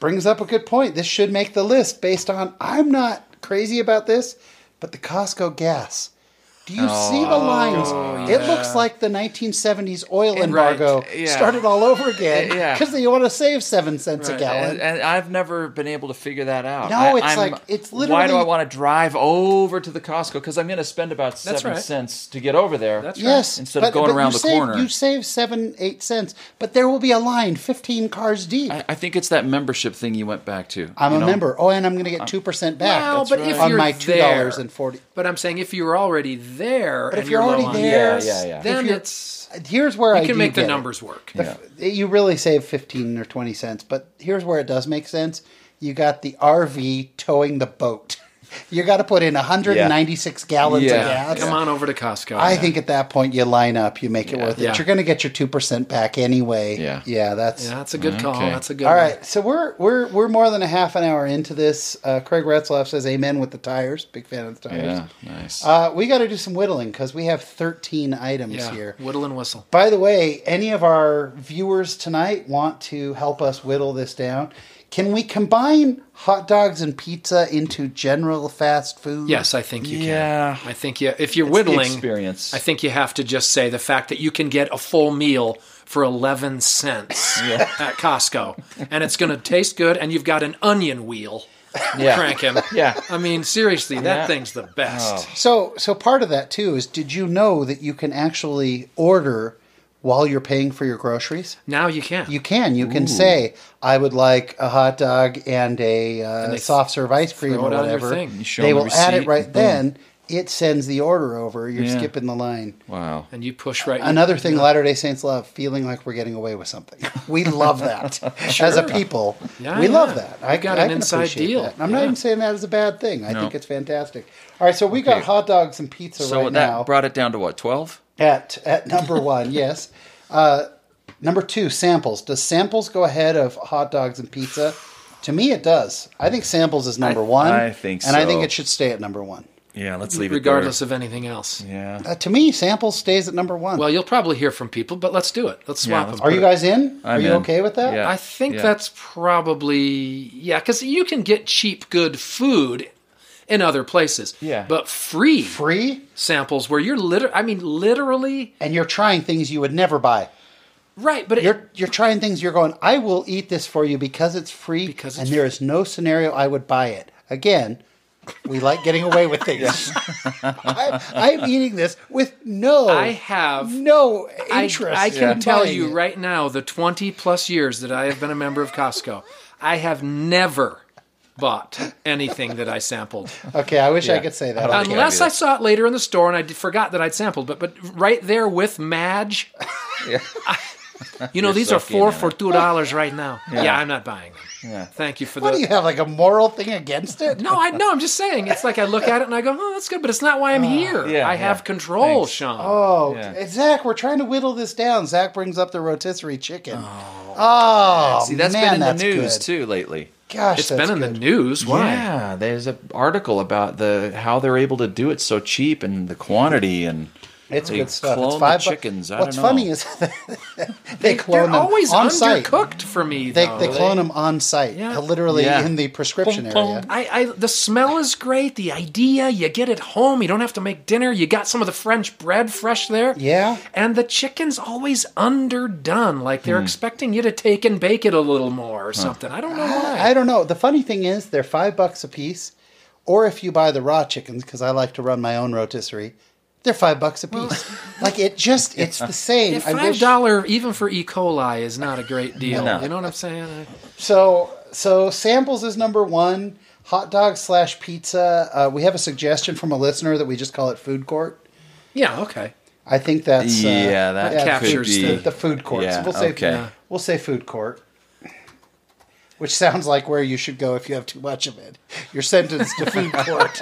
Speaker 1: brings up a good point. This should make the list based on I'm not crazy about this, but the Costco gas. Do you see
Speaker 3: Oh,
Speaker 1: the lines? It looks like the 1970s oil
Speaker 2: right,
Speaker 1: embargo
Speaker 3: yeah.
Speaker 1: started all over again
Speaker 3: Yeah.
Speaker 1: because they want to save seven cents a gallon.
Speaker 3: And, and I've never been able to figure that out.
Speaker 1: No, it's like- it's
Speaker 3: Why do
Speaker 1: literally-
Speaker 3: I want to drive over to the Costco? Because I'm going to spend about seven
Speaker 2: right.
Speaker 3: cents to get over there.
Speaker 2: That's right.
Speaker 1: Yes,
Speaker 3: Instead of going around
Speaker 1: you
Speaker 3: the
Speaker 1: save,
Speaker 3: corner.
Speaker 1: you save seven, eight cents, but there will be a line 15 cars deep.
Speaker 3: I, I think it's that membership thing you went back to.
Speaker 1: I'm
Speaker 3: you
Speaker 1: a
Speaker 3: know? Uh,
Speaker 1: member. Oh, and I'm going to get two percent back
Speaker 2: Well,
Speaker 1: That's
Speaker 2: but
Speaker 1: right.
Speaker 2: if
Speaker 1: on
Speaker 2: you're
Speaker 1: my two
Speaker 2: there-
Speaker 1: dollars and forty.
Speaker 2: But I'm saying if you're already there,
Speaker 1: But
Speaker 2: and
Speaker 1: if you're already
Speaker 2: low on
Speaker 1: there,
Speaker 2: gas,
Speaker 3: Yeah, yeah, yeah.
Speaker 2: then
Speaker 1: if you're-
Speaker 2: it's
Speaker 1: Here's where I
Speaker 2: you can
Speaker 1: do
Speaker 2: make the
Speaker 1: get it.
Speaker 2: numbers work.
Speaker 3: Yeah.
Speaker 1: You really save fifteen or twenty cents, but here's where it does make sense. You got the RV towing the boat. You got to put in 196 gallons
Speaker 3: Yeah.
Speaker 1: of gas.
Speaker 2: Come on over to Costco.
Speaker 1: I think at that point you line up, you make it worth it.
Speaker 2: Yeah.
Speaker 1: You're going to get your two percent back anyway.
Speaker 3: Yeah.
Speaker 1: yeah, that's
Speaker 2: yeah, that's a good call.
Speaker 3: Okay.
Speaker 2: That's a good.
Speaker 1: All
Speaker 2: one.
Speaker 1: right, so we're we're we're more than a half an hour into this. Uh, Craig Retzloff says, "Amen" with the tires. Big fan of the tires.
Speaker 3: Yeah, nice.
Speaker 1: Uh, we got to do some whittling because we have 13 items
Speaker 2: Yeah,
Speaker 1: here.
Speaker 2: whittle and whistle.
Speaker 1: By the way, any of our viewers tonight want to help us whittle this down? Can we combine hot dogs and pizza into general fast food?
Speaker 2: Yes, I think you
Speaker 3: Yeah.
Speaker 2: can. I think you if you're
Speaker 3: the
Speaker 2: whittling
Speaker 3: experience.
Speaker 2: I think you have to just say the fact that you can get a full meal for 11 cents at Costco and it's going to taste good and you've got an onion wheel
Speaker 3: Yeah.
Speaker 2: crank him.
Speaker 3: Yeah.
Speaker 2: I mean, seriously, that
Speaker 3: Yeah. Oh.
Speaker 2: thing's the best.
Speaker 1: So, so part of that too is did you know that you can actually order while you're paying for your groceries?
Speaker 2: Now you can.
Speaker 1: You can. You can say, "I would like a hot dog and a uh,
Speaker 2: they
Speaker 1: soft serve ice cream
Speaker 2: throw
Speaker 1: or
Speaker 2: it on your
Speaker 1: whatever."
Speaker 2: thing. You
Speaker 3: show
Speaker 1: They
Speaker 3: them the
Speaker 1: will add it
Speaker 3: receipt,
Speaker 1: right
Speaker 3: boom.
Speaker 1: then. It sends the order over. You're
Speaker 3: Yeah.
Speaker 1: skipping the line.
Speaker 3: Wow.
Speaker 2: and you push right.
Speaker 1: Another thing Latter Day Saints love: feeling like we're getting away with something. We love that as a people.
Speaker 2: Yeah,
Speaker 1: we
Speaker 2: yeah.
Speaker 1: love that. I
Speaker 2: We've got
Speaker 1: I
Speaker 2: an
Speaker 1: can
Speaker 2: inside
Speaker 1: appreciate
Speaker 2: deal.
Speaker 1: that. I'm
Speaker 2: Yeah.
Speaker 1: not even saying that is a bad thing. I
Speaker 3: No.
Speaker 1: think it's fantastic. All right, so we got
Speaker 3: Okay.
Speaker 1: hot dogs and pizza
Speaker 3: So
Speaker 1: right
Speaker 3: that
Speaker 1: now
Speaker 3: brought it down to what? Twelve.
Speaker 1: at at number one. yes. Uh, number two, samples. Does samples go ahead of hot dogs and pizza? To me, it does. I think samples is number
Speaker 3: I-
Speaker 1: one.
Speaker 3: I think
Speaker 1: and I think
Speaker 3: so.
Speaker 1: it should stay at number one.
Speaker 3: Yeah. Let's leave
Speaker 2: regardless
Speaker 3: it
Speaker 2: of anything else.
Speaker 3: regardless of. Yeah.
Speaker 1: Uh, to me, samples stays at number one.
Speaker 2: Well, you'll probably hear from people, but let's do it. Let's
Speaker 3: Yeah,
Speaker 2: swap
Speaker 3: let's
Speaker 2: them.
Speaker 1: Are you guys in? Are
Speaker 3: I'm
Speaker 1: you
Speaker 3: in.
Speaker 1: okay with that?
Speaker 3: Yeah.
Speaker 2: I think
Speaker 3: Yeah.
Speaker 2: that's probably yeah, because you can get cheap, good food in other places.
Speaker 3: Yeah.
Speaker 2: but free,
Speaker 1: Free,
Speaker 2: samples where you're literally, I mean, literally,
Speaker 1: and you're trying things you would never buy.
Speaker 2: right? But it,
Speaker 1: You're you're trying things. You're going. I will eat this for you because it's free.
Speaker 2: Because
Speaker 1: and
Speaker 2: it's
Speaker 1: there is no scenario I would buy it again. We like getting away with things. I, I'm eating this with no.
Speaker 2: I have
Speaker 1: no
Speaker 2: I-
Speaker 1: interest.
Speaker 2: I, can
Speaker 1: in
Speaker 2: tell
Speaker 1: buying
Speaker 2: you
Speaker 1: it.
Speaker 2: right now, the 20 plus years that I have been a member of Costco, I have never bought anything that I sampled.
Speaker 1: Okay, I wish I
Speaker 3: Yeah.
Speaker 1: could say that.
Speaker 3: I don't-
Speaker 2: Unless
Speaker 3: either.
Speaker 2: Um, I saw it later in the store and I did- forgot that I'd sampled, but but right there with Madge, you know, these
Speaker 3: so
Speaker 2: are four
Speaker 3: keen on
Speaker 2: for two dollars right now. Yeah. I'm not buying them.
Speaker 3: Yeah.
Speaker 2: Thank you for
Speaker 1: What do you
Speaker 2: the.
Speaker 1: have like a moral thing against it?
Speaker 2: No, I no. I'm just saying. It's like I look at it and I go, "Oh, that's good," but it's not why I'm here.
Speaker 3: Uh, yeah,
Speaker 2: I have
Speaker 3: yeah.
Speaker 2: control,
Speaker 3: Thanks.
Speaker 2: Sean.
Speaker 1: Oh,
Speaker 3: Yeah.
Speaker 1: Zach, we're trying to whittle this down. Zach brings up the rotisserie chicken. Oh,
Speaker 3: See, that's
Speaker 1: man,
Speaker 3: been in the
Speaker 1: that's
Speaker 3: news
Speaker 1: good.
Speaker 3: too lately.
Speaker 1: Gosh,
Speaker 2: it's
Speaker 1: that's
Speaker 2: been in
Speaker 1: good.
Speaker 2: the news. Why?
Speaker 3: Yeah, there's an article about the how they're able to do it so cheap and the quantity and
Speaker 1: It's
Speaker 3: they
Speaker 1: good stuff.
Speaker 3: Clone
Speaker 1: It's five
Speaker 3: the
Speaker 1: bu-
Speaker 3: chickens. I
Speaker 1: What's
Speaker 3: don't know.
Speaker 1: funny is they
Speaker 2: They're
Speaker 1: clone them
Speaker 2: always
Speaker 1: on site.
Speaker 2: undercooked for me.
Speaker 1: They,
Speaker 2: though.
Speaker 1: they clone them on site, uh,
Speaker 2: Yeah.
Speaker 1: literally
Speaker 3: Yeah.
Speaker 1: in the prescription
Speaker 3: Boom,
Speaker 1: area.
Speaker 3: boom.
Speaker 2: I, I the smell is great. The idea you get it home. You don't have to make dinner. You got some of the French bread fresh there.
Speaker 1: Yeah.
Speaker 2: And the chicken's always underdone. Like they're expecting you to take and bake it a little more or something. I don't know why.
Speaker 1: I don't know. The funny thing is, they're five bucks a piece, or if you buy the raw chickens, because I like to run my own rotisserie, they're five bucks a piece. like it just, it's the same.
Speaker 2: Yeah,
Speaker 1: I
Speaker 2: Five
Speaker 1: wish-
Speaker 2: dollar even for E. coli is not a great deal.
Speaker 3: No.
Speaker 2: You know what I'm saying?
Speaker 1: So, so samples is number one. Hot dog slash pizza. Uh, we have a suggestion from a listener that we just call it food court.
Speaker 2: Yeah. Okay.
Speaker 1: I think that's uh,
Speaker 3: Yeah, that
Speaker 1: that's
Speaker 2: captures
Speaker 1: the,
Speaker 2: the-
Speaker 1: the food court.
Speaker 3: Yeah,
Speaker 1: we'll say
Speaker 3: okay.
Speaker 1: we'll say food court, which sounds like where you should go if you have too much of it. You're sentenced to food court.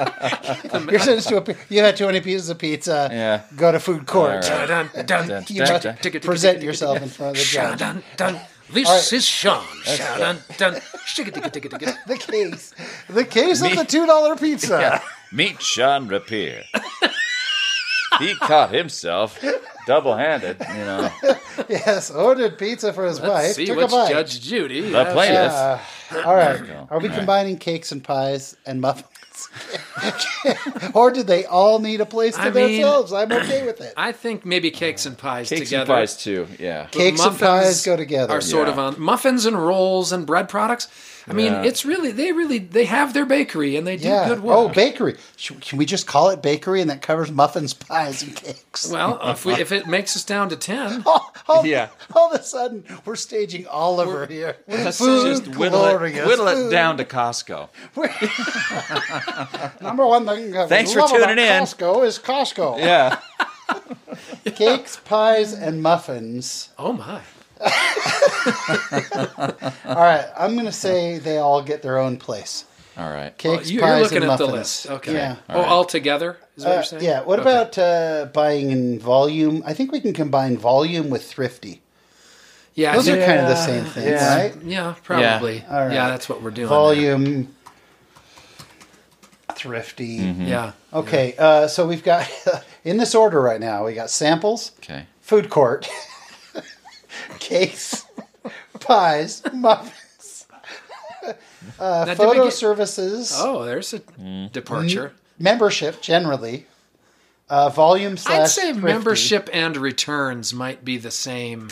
Speaker 1: You're sentenced to a pi- you had too many pieces of pizza.
Speaker 3: Yeah.
Speaker 1: go to food court.
Speaker 3: All right.
Speaker 2: Dun, dun,
Speaker 3: Dun,
Speaker 1: You must
Speaker 3: dun, dun.
Speaker 1: present yourself in front of the
Speaker 2: Sha-
Speaker 1: judge.
Speaker 2: dun, dun. This
Speaker 1: right.
Speaker 2: is Sean. Sha- dun, dun. Shigga, digga, digga, digga.
Speaker 1: The case, the case of
Speaker 3: Me-
Speaker 1: the two dollar pizza.
Speaker 3: Meet Sean Rapier. he caught himself double-handed. You know,
Speaker 1: Yes, ordered pizza for his
Speaker 2: Let's
Speaker 1: wife.
Speaker 2: see
Speaker 1: took
Speaker 2: which
Speaker 1: a bite.
Speaker 2: Judge Judy.
Speaker 3: the
Speaker 2: has-
Speaker 3: plaintiff.
Speaker 1: Uh, All right.
Speaker 3: go.
Speaker 1: Are we
Speaker 3: All right.
Speaker 1: combining cakes and pies and muffins? or do they all need a place to
Speaker 2: I mean-
Speaker 1: themselves? I'm okay with it.
Speaker 2: I think maybe cakes and pies
Speaker 3: Cakes
Speaker 2: together.
Speaker 3: and pies too. Yeah.
Speaker 2: But
Speaker 1: Cakes and
Speaker 2: muffins
Speaker 1: pies go together.
Speaker 2: Are sort
Speaker 3: Yeah.
Speaker 2: of on muffins and rolls and bread products. I mean,
Speaker 3: Yeah.
Speaker 2: it's really they really they have their bakery and they do
Speaker 1: yeah.
Speaker 2: good work.
Speaker 1: Oh, bakery. Should, can we just call it bakery and that covers muffins, pies, and cakes?
Speaker 2: well, if we if it makes us down to ten,
Speaker 1: All, all-
Speaker 3: Yeah.
Speaker 1: All of a sudden, we're staging Oliver here.
Speaker 3: Let's
Speaker 1: Oh, Food
Speaker 3: just whittle
Speaker 1: glorious.
Speaker 3: it, whittle it down to Costco.
Speaker 1: Number one thing that
Speaker 3: Thanks
Speaker 1: we
Speaker 3: for
Speaker 1: love about
Speaker 3: tuning in.
Speaker 1: Costco is Costco.
Speaker 3: Yeah.
Speaker 1: Cakes, pies, and muffins.
Speaker 2: oh my,
Speaker 1: All right, I'm going to say they all get their own place.
Speaker 3: All right.
Speaker 1: Cakes,
Speaker 2: you,
Speaker 1: pies,
Speaker 2: are looking
Speaker 1: and
Speaker 2: at
Speaker 1: muffins.
Speaker 2: the list. Okay.
Speaker 1: Yeah.
Speaker 2: Oh, all together is what
Speaker 1: Uh,
Speaker 2: you're saying.
Speaker 1: yeah. What
Speaker 2: Okay.
Speaker 1: about uh, buying in volume? I think we can combine volume with thrifty.
Speaker 2: yeah? I
Speaker 1: Those are
Speaker 2: think-
Speaker 1: kind of the same things,
Speaker 3: yeah.
Speaker 1: right?
Speaker 2: yeah, probably. Yeah.
Speaker 1: All right.
Speaker 2: that's what we're doing.
Speaker 1: Volume, thrifty.
Speaker 2: now. Mm-hmm. Yeah.
Speaker 1: Okay, uh, so we've got in this order right now. We got samples,
Speaker 3: Okay.
Speaker 1: food court, cakes, pies, muffins, uh,
Speaker 2: Now, did we
Speaker 1: photo
Speaker 2: get-
Speaker 1: services,
Speaker 2: Oh, there's a
Speaker 3: Mm.
Speaker 2: departure.
Speaker 1: membership generally, uh, volume slash.
Speaker 2: I'd say
Speaker 1: thrifty.
Speaker 2: membership and returns might be the same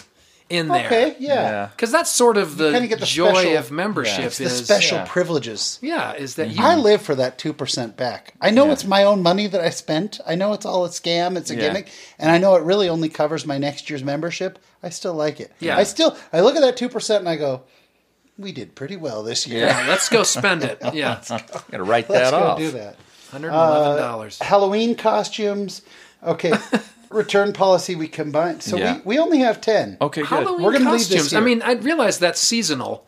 Speaker 2: in there.
Speaker 1: Okay, yeah.
Speaker 3: Yeah.
Speaker 2: Because that's sort of the,
Speaker 1: kinda get the
Speaker 2: joy
Speaker 1: special-
Speaker 2: of membership.
Speaker 1: It's the
Speaker 2: is,
Speaker 1: special
Speaker 3: yeah.
Speaker 1: privileges.
Speaker 2: Yeah, is that you?
Speaker 1: I live for that 2% back. I know
Speaker 3: Yeah.
Speaker 1: it's my own money that I spent. I know it's all a scam, it's a
Speaker 3: Yeah.
Speaker 1: gimmick, and I know it really only covers my next year's membership. I still like it.
Speaker 2: Yeah.
Speaker 1: I still I look at that 2% and I go, "We did pretty well this year."
Speaker 2: Yeah, let's go spend it. Yeah,
Speaker 1: Uh,
Speaker 3: Gotta write
Speaker 1: Let's
Speaker 3: that
Speaker 1: go
Speaker 3: off.
Speaker 1: do that.
Speaker 2: hundred and eleven dollars.
Speaker 1: Halloween costumes. Okay. Return policy we combined. So
Speaker 3: Yeah.
Speaker 1: we, we only have 10.
Speaker 2: Oh,
Speaker 3: Okay, good.
Speaker 2: Halloween
Speaker 1: We're gonna leave this
Speaker 2: costumes. I
Speaker 1: here.
Speaker 2: mean, I realize that's seasonal,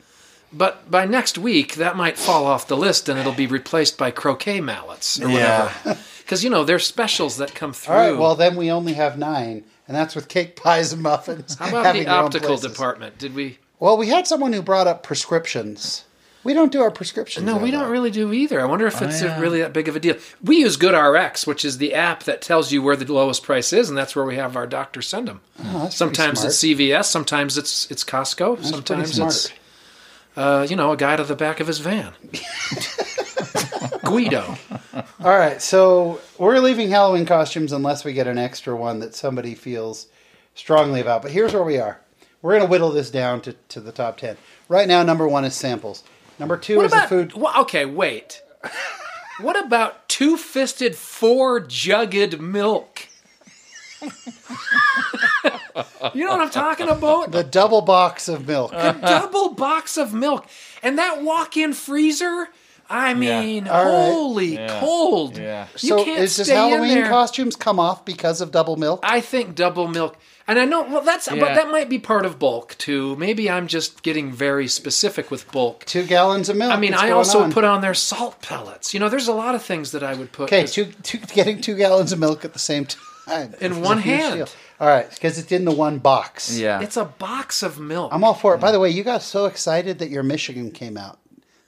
Speaker 2: but by next week that might fall off the list and it'll be replaced by croquet mallets or
Speaker 3: Yeah.
Speaker 2: whatever. Because you know there's specials that come through.
Speaker 1: All right. Well, then we only have 9, and that's with cake pies and muffins.
Speaker 2: How about
Speaker 1: having
Speaker 2: the
Speaker 1: their own
Speaker 2: optical
Speaker 1: places.
Speaker 2: department? Did we?
Speaker 1: Well, we had someone who brought up prescriptions. We don't do our prescriptions.
Speaker 2: No,
Speaker 1: that Oh,
Speaker 2: we
Speaker 1: way.
Speaker 2: don't really do either. I wonder if it's uh really that big of a deal. We use GoodRx, which is the app that tells you where the lowest price is, and that's where we have our doctors send them.
Speaker 1: Oh, that's
Speaker 2: sometimes
Speaker 1: pretty
Speaker 2: it's CVS, sometimes it's it's Costco, sometimes
Speaker 1: pretty
Speaker 2: it's uh, you know a guy to the back of his van. Guido.
Speaker 1: All right, so we're leaving Halloween costumes unless we get an extra one that somebody feels strongly about. But here's where we are. We're going to whittle this down to, to the top 10. Right now, number one is samples. Number two
Speaker 2: What
Speaker 1: is
Speaker 2: about
Speaker 1: the food.
Speaker 2: wha- okay, wait. what about two-fisted, four-jugged milk? you know what I'm talking about?
Speaker 1: The double box of milk.
Speaker 2: Uh, double box of milk and that walk-in freezer. I mean,
Speaker 1: All right.
Speaker 2: holy
Speaker 3: Yeah.
Speaker 2: cold!
Speaker 3: Yeah.
Speaker 2: You
Speaker 1: so,
Speaker 2: can't
Speaker 1: is does
Speaker 2: stay in
Speaker 1: Halloween
Speaker 2: there.
Speaker 1: costumes come off because of double milk?
Speaker 2: I think double milk, and I know well that's but
Speaker 3: Yeah.
Speaker 2: that might be part of bulk too. Maybe I'm just getting very specific with bulk.
Speaker 1: Two gallons of milk.
Speaker 2: I mean,
Speaker 1: What's
Speaker 2: I
Speaker 1: going
Speaker 2: also
Speaker 1: on?
Speaker 2: put on there salt pellets. You know, there's a lot of things that I would put.
Speaker 1: Okay,
Speaker 2: as-
Speaker 1: two, two, getting two gallons of milk at the same time.
Speaker 2: In
Speaker 1: It's
Speaker 2: one
Speaker 1: a huge
Speaker 2: hand.
Speaker 1: deal. All right, because it's in the one box.
Speaker 3: Yeah.
Speaker 2: It's a box of milk.
Speaker 1: I'm all for it. By the way, you got so excited that your Michigan came out.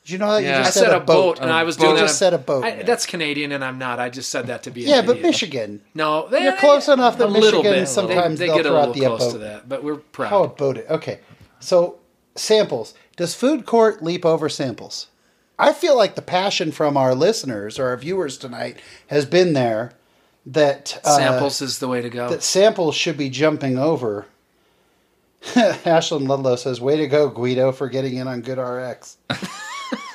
Speaker 1: Did you know that
Speaker 3: Yeah.
Speaker 1: you
Speaker 2: I
Speaker 1: just
Speaker 2: said a boat, and I was doing
Speaker 1: You
Speaker 2: that.
Speaker 1: just said a boat.
Speaker 2: I- That's Canadian, and I'm not. I just said that to be. an
Speaker 1: yeah, but
Speaker 2: idiot.
Speaker 1: Michigan.
Speaker 2: No, they,
Speaker 1: You're close
Speaker 2: they-
Speaker 1: enough that
Speaker 2: a little
Speaker 1: Michigan
Speaker 2: bit.
Speaker 1: sometimes
Speaker 2: they, they
Speaker 1: they'll
Speaker 2: get a
Speaker 1: throw out
Speaker 2: little
Speaker 1: the
Speaker 2: close to
Speaker 1: upvote.
Speaker 2: that, but we're proud.
Speaker 1: Oh, a boat. it. Okay. So samples. Does food court leap over samples? I feel like the passion from our listeners or our viewers tonight has been there that uh,
Speaker 2: Samples is the way to go.
Speaker 1: that samples should be jumping over. Ashlyn Ludlow says, "Way to go, Guido, for getting in on good RX."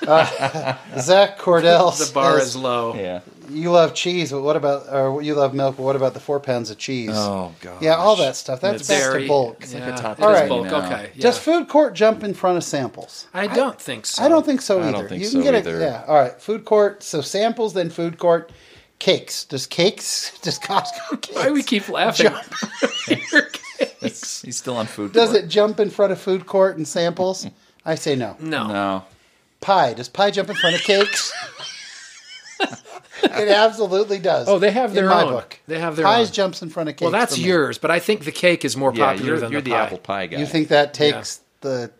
Speaker 1: uh, Zach Cordell
Speaker 2: The bar
Speaker 1: says,
Speaker 2: is low.
Speaker 3: yeah.
Speaker 1: "You love cheese, but what about or you love milk, but what about the four pounds of cheese?"
Speaker 3: Oh god.
Speaker 1: yeah, all that stuff. That's
Speaker 3: It's
Speaker 1: back
Speaker 2: Dairy.
Speaker 1: to bulk.
Speaker 2: Yeah,
Speaker 3: like a top
Speaker 2: it is
Speaker 1: ten
Speaker 2: bulk.
Speaker 3: now.
Speaker 2: Okay. yeah.
Speaker 1: Does food court jump in front of samples?
Speaker 2: I don't think so.
Speaker 1: I don't think so either.
Speaker 3: I don't think
Speaker 1: you can
Speaker 3: so
Speaker 1: get
Speaker 3: either.
Speaker 1: A, yeah. All right. Food court. So samples, then food court. Cakes. Does cakes? Does Costco cakes?
Speaker 2: Why we keep laughing?
Speaker 3: He's still on food.
Speaker 1: Does
Speaker 3: court.
Speaker 1: it jump in front of food court and samples? I say no.
Speaker 2: no.
Speaker 3: No.
Speaker 1: Pie. Does pie jump in front of cakes? it absolutely does.
Speaker 2: Oh, they have their
Speaker 1: in my
Speaker 2: own.
Speaker 1: book.
Speaker 2: They have their
Speaker 1: Pies
Speaker 2: own.
Speaker 1: jumps in front of cakes.
Speaker 2: Well, that's
Speaker 1: for me.
Speaker 2: yours, but I think the cake is more
Speaker 3: Yeah,
Speaker 2: popular
Speaker 3: you're,
Speaker 2: than
Speaker 3: you're
Speaker 2: the,
Speaker 3: the,
Speaker 2: pie.
Speaker 3: apple pie guy.
Speaker 1: You think that takes the?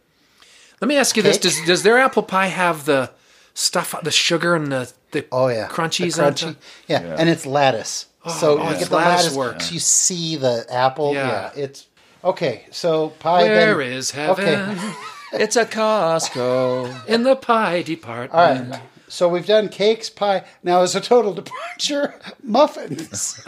Speaker 2: Let me ask you
Speaker 1: Cake?
Speaker 2: this: Does does their apple pie have the stuff, the sugar, and the the
Speaker 1: Oh yeah,
Speaker 2: crunchies
Speaker 1: The
Speaker 2: on
Speaker 1: crunchy.
Speaker 2: top?
Speaker 1: Yeah. and it's lattice. so
Speaker 2: oh,
Speaker 1: you
Speaker 2: it's
Speaker 1: get the
Speaker 2: lattice
Speaker 1: lattice,
Speaker 2: work.
Speaker 1: so You see the apple. Yeah.
Speaker 2: Yeah.
Speaker 1: it's okay. So pie.
Speaker 2: Where
Speaker 1: then,
Speaker 2: is heaven
Speaker 1: Okay.
Speaker 3: It's a Costco.
Speaker 2: in the pie department?
Speaker 1: All right. So we've done cakes, pie. Now as a total departure, muffins.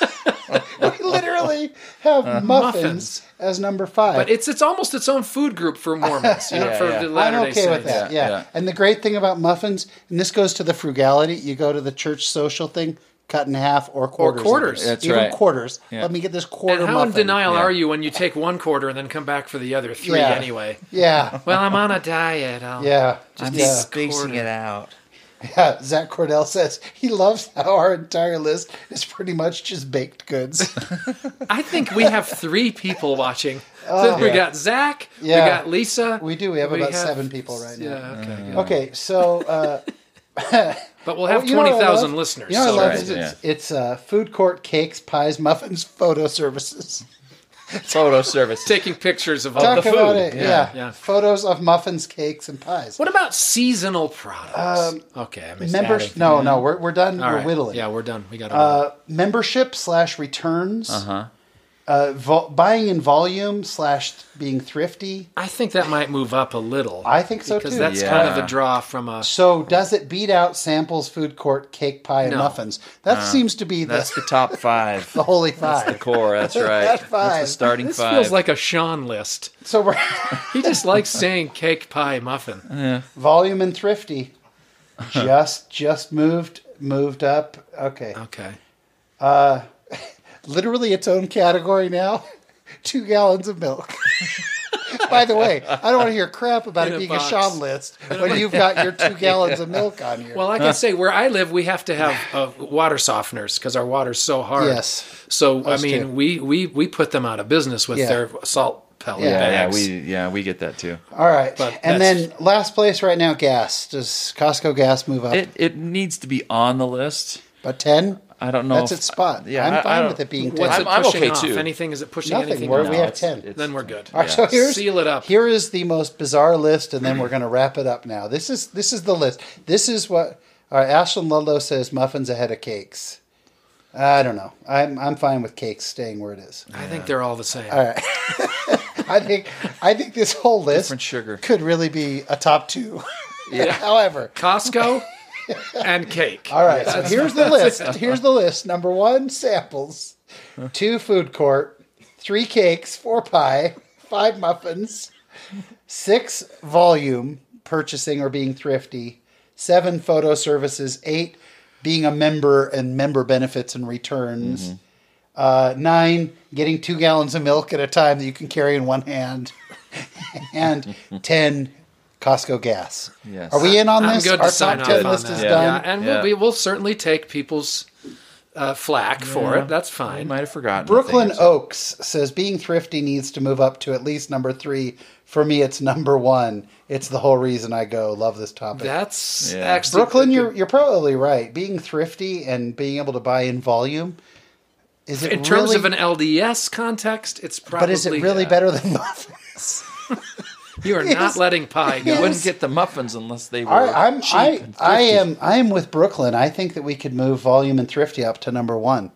Speaker 1: we literally have muffins,
Speaker 2: Uh, Muffins.
Speaker 1: as number five.
Speaker 2: But it's it's almost its own food group for Mormons. You know,
Speaker 3: Yeah,
Speaker 2: for
Speaker 3: yeah.
Speaker 2: the
Speaker 3: I'm
Speaker 2: Latter
Speaker 1: I'm
Speaker 2: Day
Speaker 1: okay with
Speaker 2: Saints.
Speaker 1: that. Yeah,
Speaker 3: Yeah, yeah.
Speaker 1: And the great thing about muffins, and this goes to the frugality, you go to the church social thing, cut in half or quarters. of
Speaker 2: quarters.
Speaker 1: it.
Speaker 3: That's
Speaker 1: Even
Speaker 3: right.
Speaker 1: quarters.
Speaker 3: Yeah.
Speaker 1: Let me get this
Speaker 2: And
Speaker 1: quarter
Speaker 2: how
Speaker 1: muffin.
Speaker 2: in denial
Speaker 3: Yeah.
Speaker 2: are you when you take one quarter and then come back for the other three
Speaker 1: Yeah.
Speaker 2: anyway?
Speaker 1: Yeah.
Speaker 2: Well, I'm on a diet. I'll,
Speaker 1: Yeah. Just, yeah.
Speaker 2: spacing it
Speaker 3: out.
Speaker 1: yeah. Zach Cordell says he loves how our entire list is pretty much just baked goods.
Speaker 2: I think we have three people watching. So we
Speaker 1: Oh, Yeah.
Speaker 2: got Zach,
Speaker 1: Yeah.
Speaker 2: we got Lisa.
Speaker 1: We do. We have about seven people right now.
Speaker 2: Yeah, okay. good.
Speaker 1: Okay, so uh,
Speaker 2: But we'll have
Speaker 1: Oh, you know what I love?
Speaker 2: 20,000 listeners.
Speaker 1: You know what
Speaker 2: so-
Speaker 1: I love
Speaker 3: Right,
Speaker 1: is it's, it's uh, food court cakes, pies, muffins, photo services.
Speaker 3: Photo service.
Speaker 2: taking pictures of all
Speaker 1: Talk
Speaker 2: the
Speaker 1: about
Speaker 2: food.
Speaker 1: it. Yeah.
Speaker 2: yeah.
Speaker 1: Photos of muffins, cakes, and pies.
Speaker 2: What about seasonal products? okay, I missed that.
Speaker 1: Um, Members? No, no, we're, we're done. Uh,
Speaker 2: All
Speaker 1: we're
Speaker 2: right.
Speaker 1: whittling.
Speaker 2: Yeah, we're done. We got to
Speaker 1: Uh, membership slash returns. Uh-huh. Uh, vol buying in volume slash being thrifty.
Speaker 2: I think that might move up a little.
Speaker 1: I think so
Speaker 2: because
Speaker 1: too.
Speaker 2: that's kind of
Speaker 3: Yeah.
Speaker 2: a draw from a.
Speaker 1: So does it beat out samples, food court, cake pie, and
Speaker 2: No.
Speaker 1: muffins? That seems to be
Speaker 3: That's
Speaker 1: the,
Speaker 3: the top five.
Speaker 1: the holy
Speaker 3: the
Speaker 1: five.
Speaker 3: core. That's right.
Speaker 1: That's
Speaker 3: That's
Speaker 1: five.
Speaker 3: the starting
Speaker 2: This
Speaker 3: five.
Speaker 2: feels like a Sean list.
Speaker 1: So we're
Speaker 2: He just likes saying cake, pie, muffin.
Speaker 1: volume and thrifty. Just just moved moved up. Okay,
Speaker 2: Okay.
Speaker 1: literally its own category now. Two gallons of milk. By the way, I don't want to hear crap about
Speaker 2: In
Speaker 1: it
Speaker 2: a
Speaker 1: being
Speaker 2: box.
Speaker 1: a Sean list when you've got your two gallons of milk on here.
Speaker 2: Well, like I say, where I live, we have to have uh, water softeners because our water's so hard.
Speaker 1: Yes.
Speaker 2: So
Speaker 1: Us
Speaker 2: I mean,
Speaker 1: too.
Speaker 2: we we we put them out of business with
Speaker 1: Yeah.
Speaker 2: their salt pellet
Speaker 1: Yeah.
Speaker 3: yeah, yeah,
Speaker 2: bags.
Speaker 3: we yeah we get that too.
Speaker 1: All right,
Speaker 2: But
Speaker 1: and
Speaker 2: that's-
Speaker 1: then last place right now, gas. Does Costco gas move up?
Speaker 3: It it needs to be on the list.
Speaker 1: But ten?
Speaker 3: I don't know
Speaker 1: That's
Speaker 3: if-
Speaker 1: its spot.
Speaker 3: yeah, I- I
Speaker 1: I'm fine with
Speaker 3: don't-
Speaker 1: it being ten.
Speaker 2: What's
Speaker 3: I'm-
Speaker 2: it
Speaker 3: I'm
Speaker 2: pushing
Speaker 3: okay,
Speaker 2: off?
Speaker 3: too.
Speaker 2: Anything is it pushing
Speaker 1: Nothing.
Speaker 2: anything?
Speaker 1: We're-
Speaker 2: off?
Speaker 1: we have 10.
Speaker 2: then we're good.
Speaker 1: All right, so here's
Speaker 2: Seal it up.
Speaker 1: Here is the most bizarre list, and then we're going to wrap it up now. This is this is the list. This is what all right, Ashlyn Ludlow says: muffins ahead of cakes. I don't know. I'm I'm fine with cakes staying where it is.
Speaker 2: I think they're all the same.
Speaker 1: I think I think this whole list
Speaker 3: Different sugar.
Speaker 1: could really be a top two. However,
Speaker 2: Costco and cake.
Speaker 1: all right. So here's the list. Here's the list. Number one, samples. Two, food court. Three cakes. Four pie. Five muffins. Six, volume purchasing or being thrifty. Seven, photo services. Eight, being a member and member benefits and returns.
Speaker 3: Mm-hmm.
Speaker 1: Uh, nine, getting two gallons of milk at a time that you can carry in one hand. and ten, Costco gas.
Speaker 3: Yes.
Speaker 1: Are we in on
Speaker 2: I'm
Speaker 1: this?
Speaker 2: good to
Speaker 1: Our
Speaker 2: sign
Speaker 1: top
Speaker 2: off
Speaker 1: ten
Speaker 2: on
Speaker 1: list
Speaker 2: that.
Speaker 1: is
Speaker 3: Yeah.
Speaker 1: done.
Speaker 2: Yeah, and
Speaker 3: Yeah.
Speaker 2: We'll, be, we'll certainly take people's uh, flack for it. That's
Speaker 3: I
Speaker 2: fine.
Speaker 3: might have forgotten. a thing
Speaker 1: Brooklyn
Speaker 3: or so.
Speaker 1: Oaks says being thrifty needs to move up to at least number three. For me, it's number one. It's the whole reason I go. Love this topic.
Speaker 2: That's
Speaker 3: Yeah.
Speaker 2: actually
Speaker 1: Brooklyn, you're you're probably right. Being thrifty and being able to buy in volume is it
Speaker 2: in terms
Speaker 1: really,
Speaker 2: of an LDS context, it's probably.
Speaker 1: but is it really better than muffins?
Speaker 2: You are not letting pie
Speaker 3: You
Speaker 2: go.
Speaker 3: wouldn't get the muffins unless they were.
Speaker 1: All right, I'm
Speaker 3: cheap
Speaker 1: I
Speaker 3: and
Speaker 1: I
Speaker 3: thrifty.
Speaker 1: am I am with Brooklyn. I think that we could move volume and thrifty up to number one.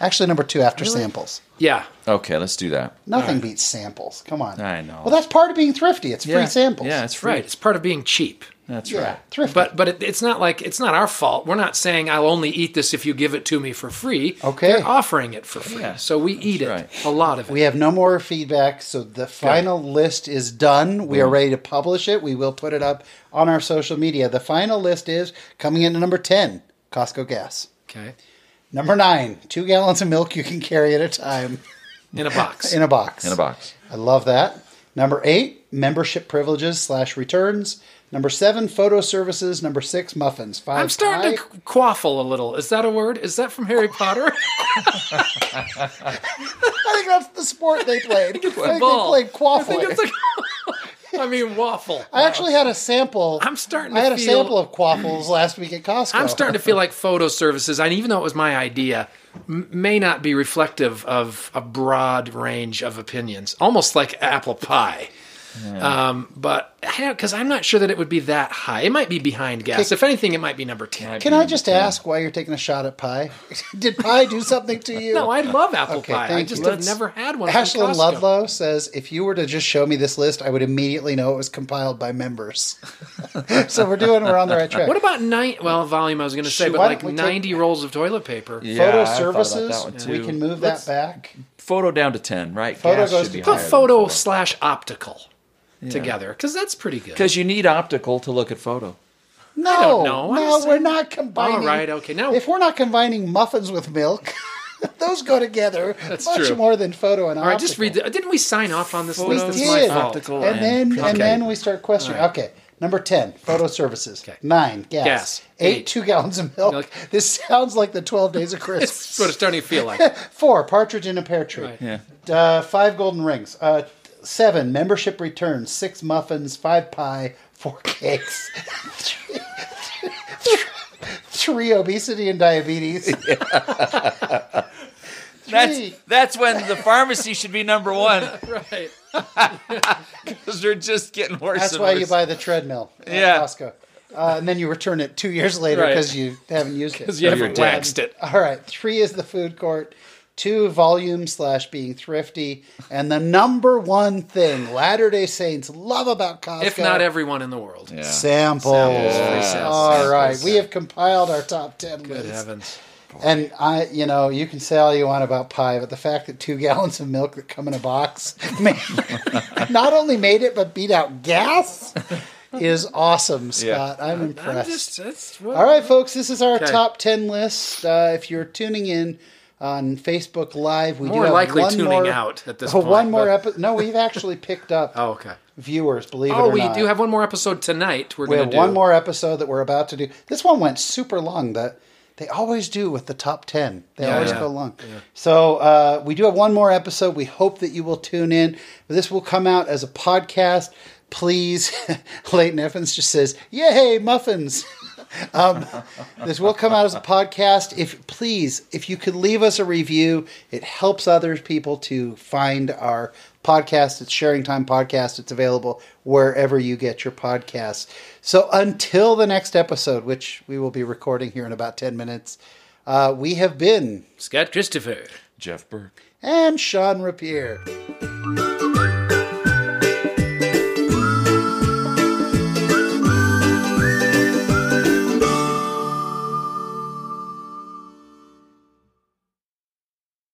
Speaker 1: Actually, number two after samples.
Speaker 2: Yeah.
Speaker 3: Okay, let's do that.
Speaker 1: Nothing beats samples. Come on.
Speaker 3: I know.
Speaker 1: Well, that's part of being thrifty. It's
Speaker 3: Yeah.
Speaker 1: free samples.
Speaker 3: Yeah, it's free.
Speaker 2: Right. It's part of being cheap.
Speaker 3: That's
Speaker 1: yeah,
Speaker 3: right.
Speaker 1: thrifty.
Speaker 2: But but it, it's not like it's not our fault. We're not saying I'll only eat this if you give it to me for free.
Speaker 1: Okay.
Speaker 2: They're offering it for free.
Speaker 3: Yeah,
Speaker 2: so we eat it.
Speaker 3: right.
Speaker 2: A lot of it.
Speaker 1: We have no more feedback, so the final list is done.
Speaker 3: Mm.
Speaker 1: We are ready to publish it. We will put it up on our social media. The final list is coming in at number 10 Costco gas.
Speaker 2: okay.
Speaker 1: Number nine, two gallons of milk you can carry at a time
Speaker 2: In a box.
Speaker 1: in a box.
Speaker 3: In a box.
Speaker 1: I love that. Number eight, membership privileges slash returns. Number seven, photo services. Number six, muffins. Five.
Speaker 2: I'm starting
Speaker 1: pie.
Speaker 2: to quaffle a little. Is that a word? Is that from
Speaker 1: Oh.
Speaker 2: Harry Potter?
Speaker 1: I think that's the sport they played. I think they
Speaker 2: ball.
Speaker 1: played
Speaker 2: I think
Speaker 1: quaffle.
Speaker 2: it's like. I mean waffle.
Speaker 1: I actually had a sample.
Speaker 2: I'm starting
Speaker 1: I
Speaker 2: to
Speaker 1: had a
Speaker 2: feel-
Speaker 1: sample of quaffles last week at Costco.
Speaker 2: I'm starting to feel like photo services, and even though it was my idea, m- may not be reflective of a broad range of opinions, almost like apple pie. Um, but because I'm not sure that it would be that high. It might be behind gas. If anything, it might be number 10.
Speaker 1: Can I just ask why you're taking a shot at pie? Did pie do something to you?
Speaker 2: No, I love apple
Speaker 1: Okay,
Speaker 2: pie. I
Speaker 1: thank
Speaker 2: just
Speaker 1: you.
Speaker 2: have
Speaker 1: Let's-
Speaker 2: never had one. from
Speaker 1: Ashlyn
Speaker 2: Costco.
Speaker 1: Ludlow says, if you were to just show me this list, I would immediately know it was compiled by members. so we're doing, we're on the right track.
Speaker 2: What about nine? Well, volume I was going to say,
Speaker 1: Shoot,
Speaker 2: but
Speaker 1: why don't we
Speaker 2: like
Speaker 1: take-
Speaker 2: 90 rolls of toilet paper.
Speaker 3: Yeah,
Speaker 1: photo
Speaker 3: I thought about
Speaker 1: services?
Speaker 3: that one,
Speaker 1: we
Speaker 3: too.
Speaker 1: can move
Speaker 3: Let's-
Speaker 1: that back.
Speaker 3: Photo down to ten, right?
Speaker 1: Photo
Speaker 3: Gas
Speaker 1: goes
Speaker 3: should be
Speaker 1: to-
Speaker 2: Put
Speaker 3: higher than
Speaker 2: photo slash optical together because that's pretty good.
Speaker 3: because you need optical to look at photo.
Speaker 1: No,
Speaker 2: don't know. I'm
Speaker 1: no,
Speaker 2: just
Speaker 1: we're
Speaker 2: saying-
Speaker 1: not combining.
Speaker 2: All right, okay, now-
Speaker 1: if we're not combining muffins with milk, those go together much
Speaker 2: true.
Speaker 1: more than photo and
Speaker 2: All right, just read. The, didn't we sign off on this list? It's my
Speaker 1: did.
Speaker 2: fault.
Speaker 3: Optical.
Speaker 1: and, then
Speaker 3: and
Speaker 1: and
Speaker 3: print.
Speaker 1: then we start questioning. Okay. Number ten, photo services.
Speaker 2: Okay.
Speaker 1: Nine, gas.
Speaker 2: Gas.
Speaker 1: Eight,
Speaker 2: Eight.
Speaker 1: two gallons of milk.
Speaker 2: Milk.
Speaker 1: This sounds like the twelve days of
Speaker 2: That's
Speaker 1: Christmas.
Speaker 2: what it's starting to feel like.
Speaker 1: Four, partridge in a pear tree.
Speaker 2: Right.
Speaker 3: Yeah.
Speaker 1: Uh, five golden rings. Uh, seven, membership returns. Six muffins. Five pie. Four cakes. Three- Three obesity and diabetes.
Speaker 3: That's
Speaker 1: Three.
Speaker 3: that's when the pharmacy should be number one
Speaker 2: right.
Speaker 3: because they're just getting worse.
Speaker 1: That's
Speaker 3: and
Speaker 1: why
Speaker 3: worse.
Speaker 1: you buy the treadmill at
Speaker 3: Yeah.
Speaker 1: Costco. Uh, and then you return it two years later
Speaker 2: Right.
Speaker 1: because you haven't used it.
Speaker 2: You haven't
Speaker 3: you're dead.
Speaker 2: waxed it.
Speaker 1: All right. Three is the food court. two volume slash being thrifty, and the number one thing Latter Day Saints love about Costco.
Speaker 2: if not everyone in the world.
Speaker 3: Yeah.
Speaker 1: samples.
Speaker 2: Samples. Yeah.
Speaker 1: All
Speaker 2: Samples.
Speaker 1: right, we have compiled our top ten
Speaker 2: Good
Speaker 1: list.
Speaker 2: heavens.
Speaker 1: And I, you know, you can say all you want about pie, but the fact that two gallons of milk that come in a box made, not only made it but beat out gas is awesome, Scott. I'm impressed.
Speaker 2: I'm just, that's what,
Speaker 1: All right, folks, this is our
Speaker 2: Okay.
Speaker 1: top 10 list. Uh, if you're tuning in on Facebook Live, we do
Speaker 2: more
Speaker 1: have
Speaker 2: likely
Speaker 1: one
Speaker 2: tuning
Speaker 1: more,
Speaker 2: out at this
Speaker 1: Oh,
Speaker 2: point.
Speaker 1: one more
Speaker 2: but-
Speaker 1: episode. No, we've actually picked up
Speaker 2: Oh, okay.
Speaker 1: viewers, believe it
Speaker 2: Oh,
Speaker 1: or
Speaker 2: we
Speaker 1: not.
Speaker 2: do have one more episode tonight. We're
Speaker 1: we
Speaker 2: going
Speaker 1: have
Speaker 2: to do
Speaker 1: one more episode that we're about to do. This one went super long. That they always do with the top ten. They
Speaker 2: Yeah,
Speaker 1: always
Speaker 2: yeah.
Speaker 1: go long. So uh, we do have one more episode. We hope that you will tune in. This will come out as a podcast. Please, Leighton Evans just says, "Yay, muffins." um, this will come out as a podcast. If please, if you could leave us a review, it helps other people to find our podcast. It's Sharing Time Podcast. It's available wherever you get your podcasts. So until the next episode, which we will be recording here in about ten minutes, uh, we have been
Speaker 2: Scott Christopher.
Speaker 3: Jeff Burke.
Speaker 1: and Sean Rapier.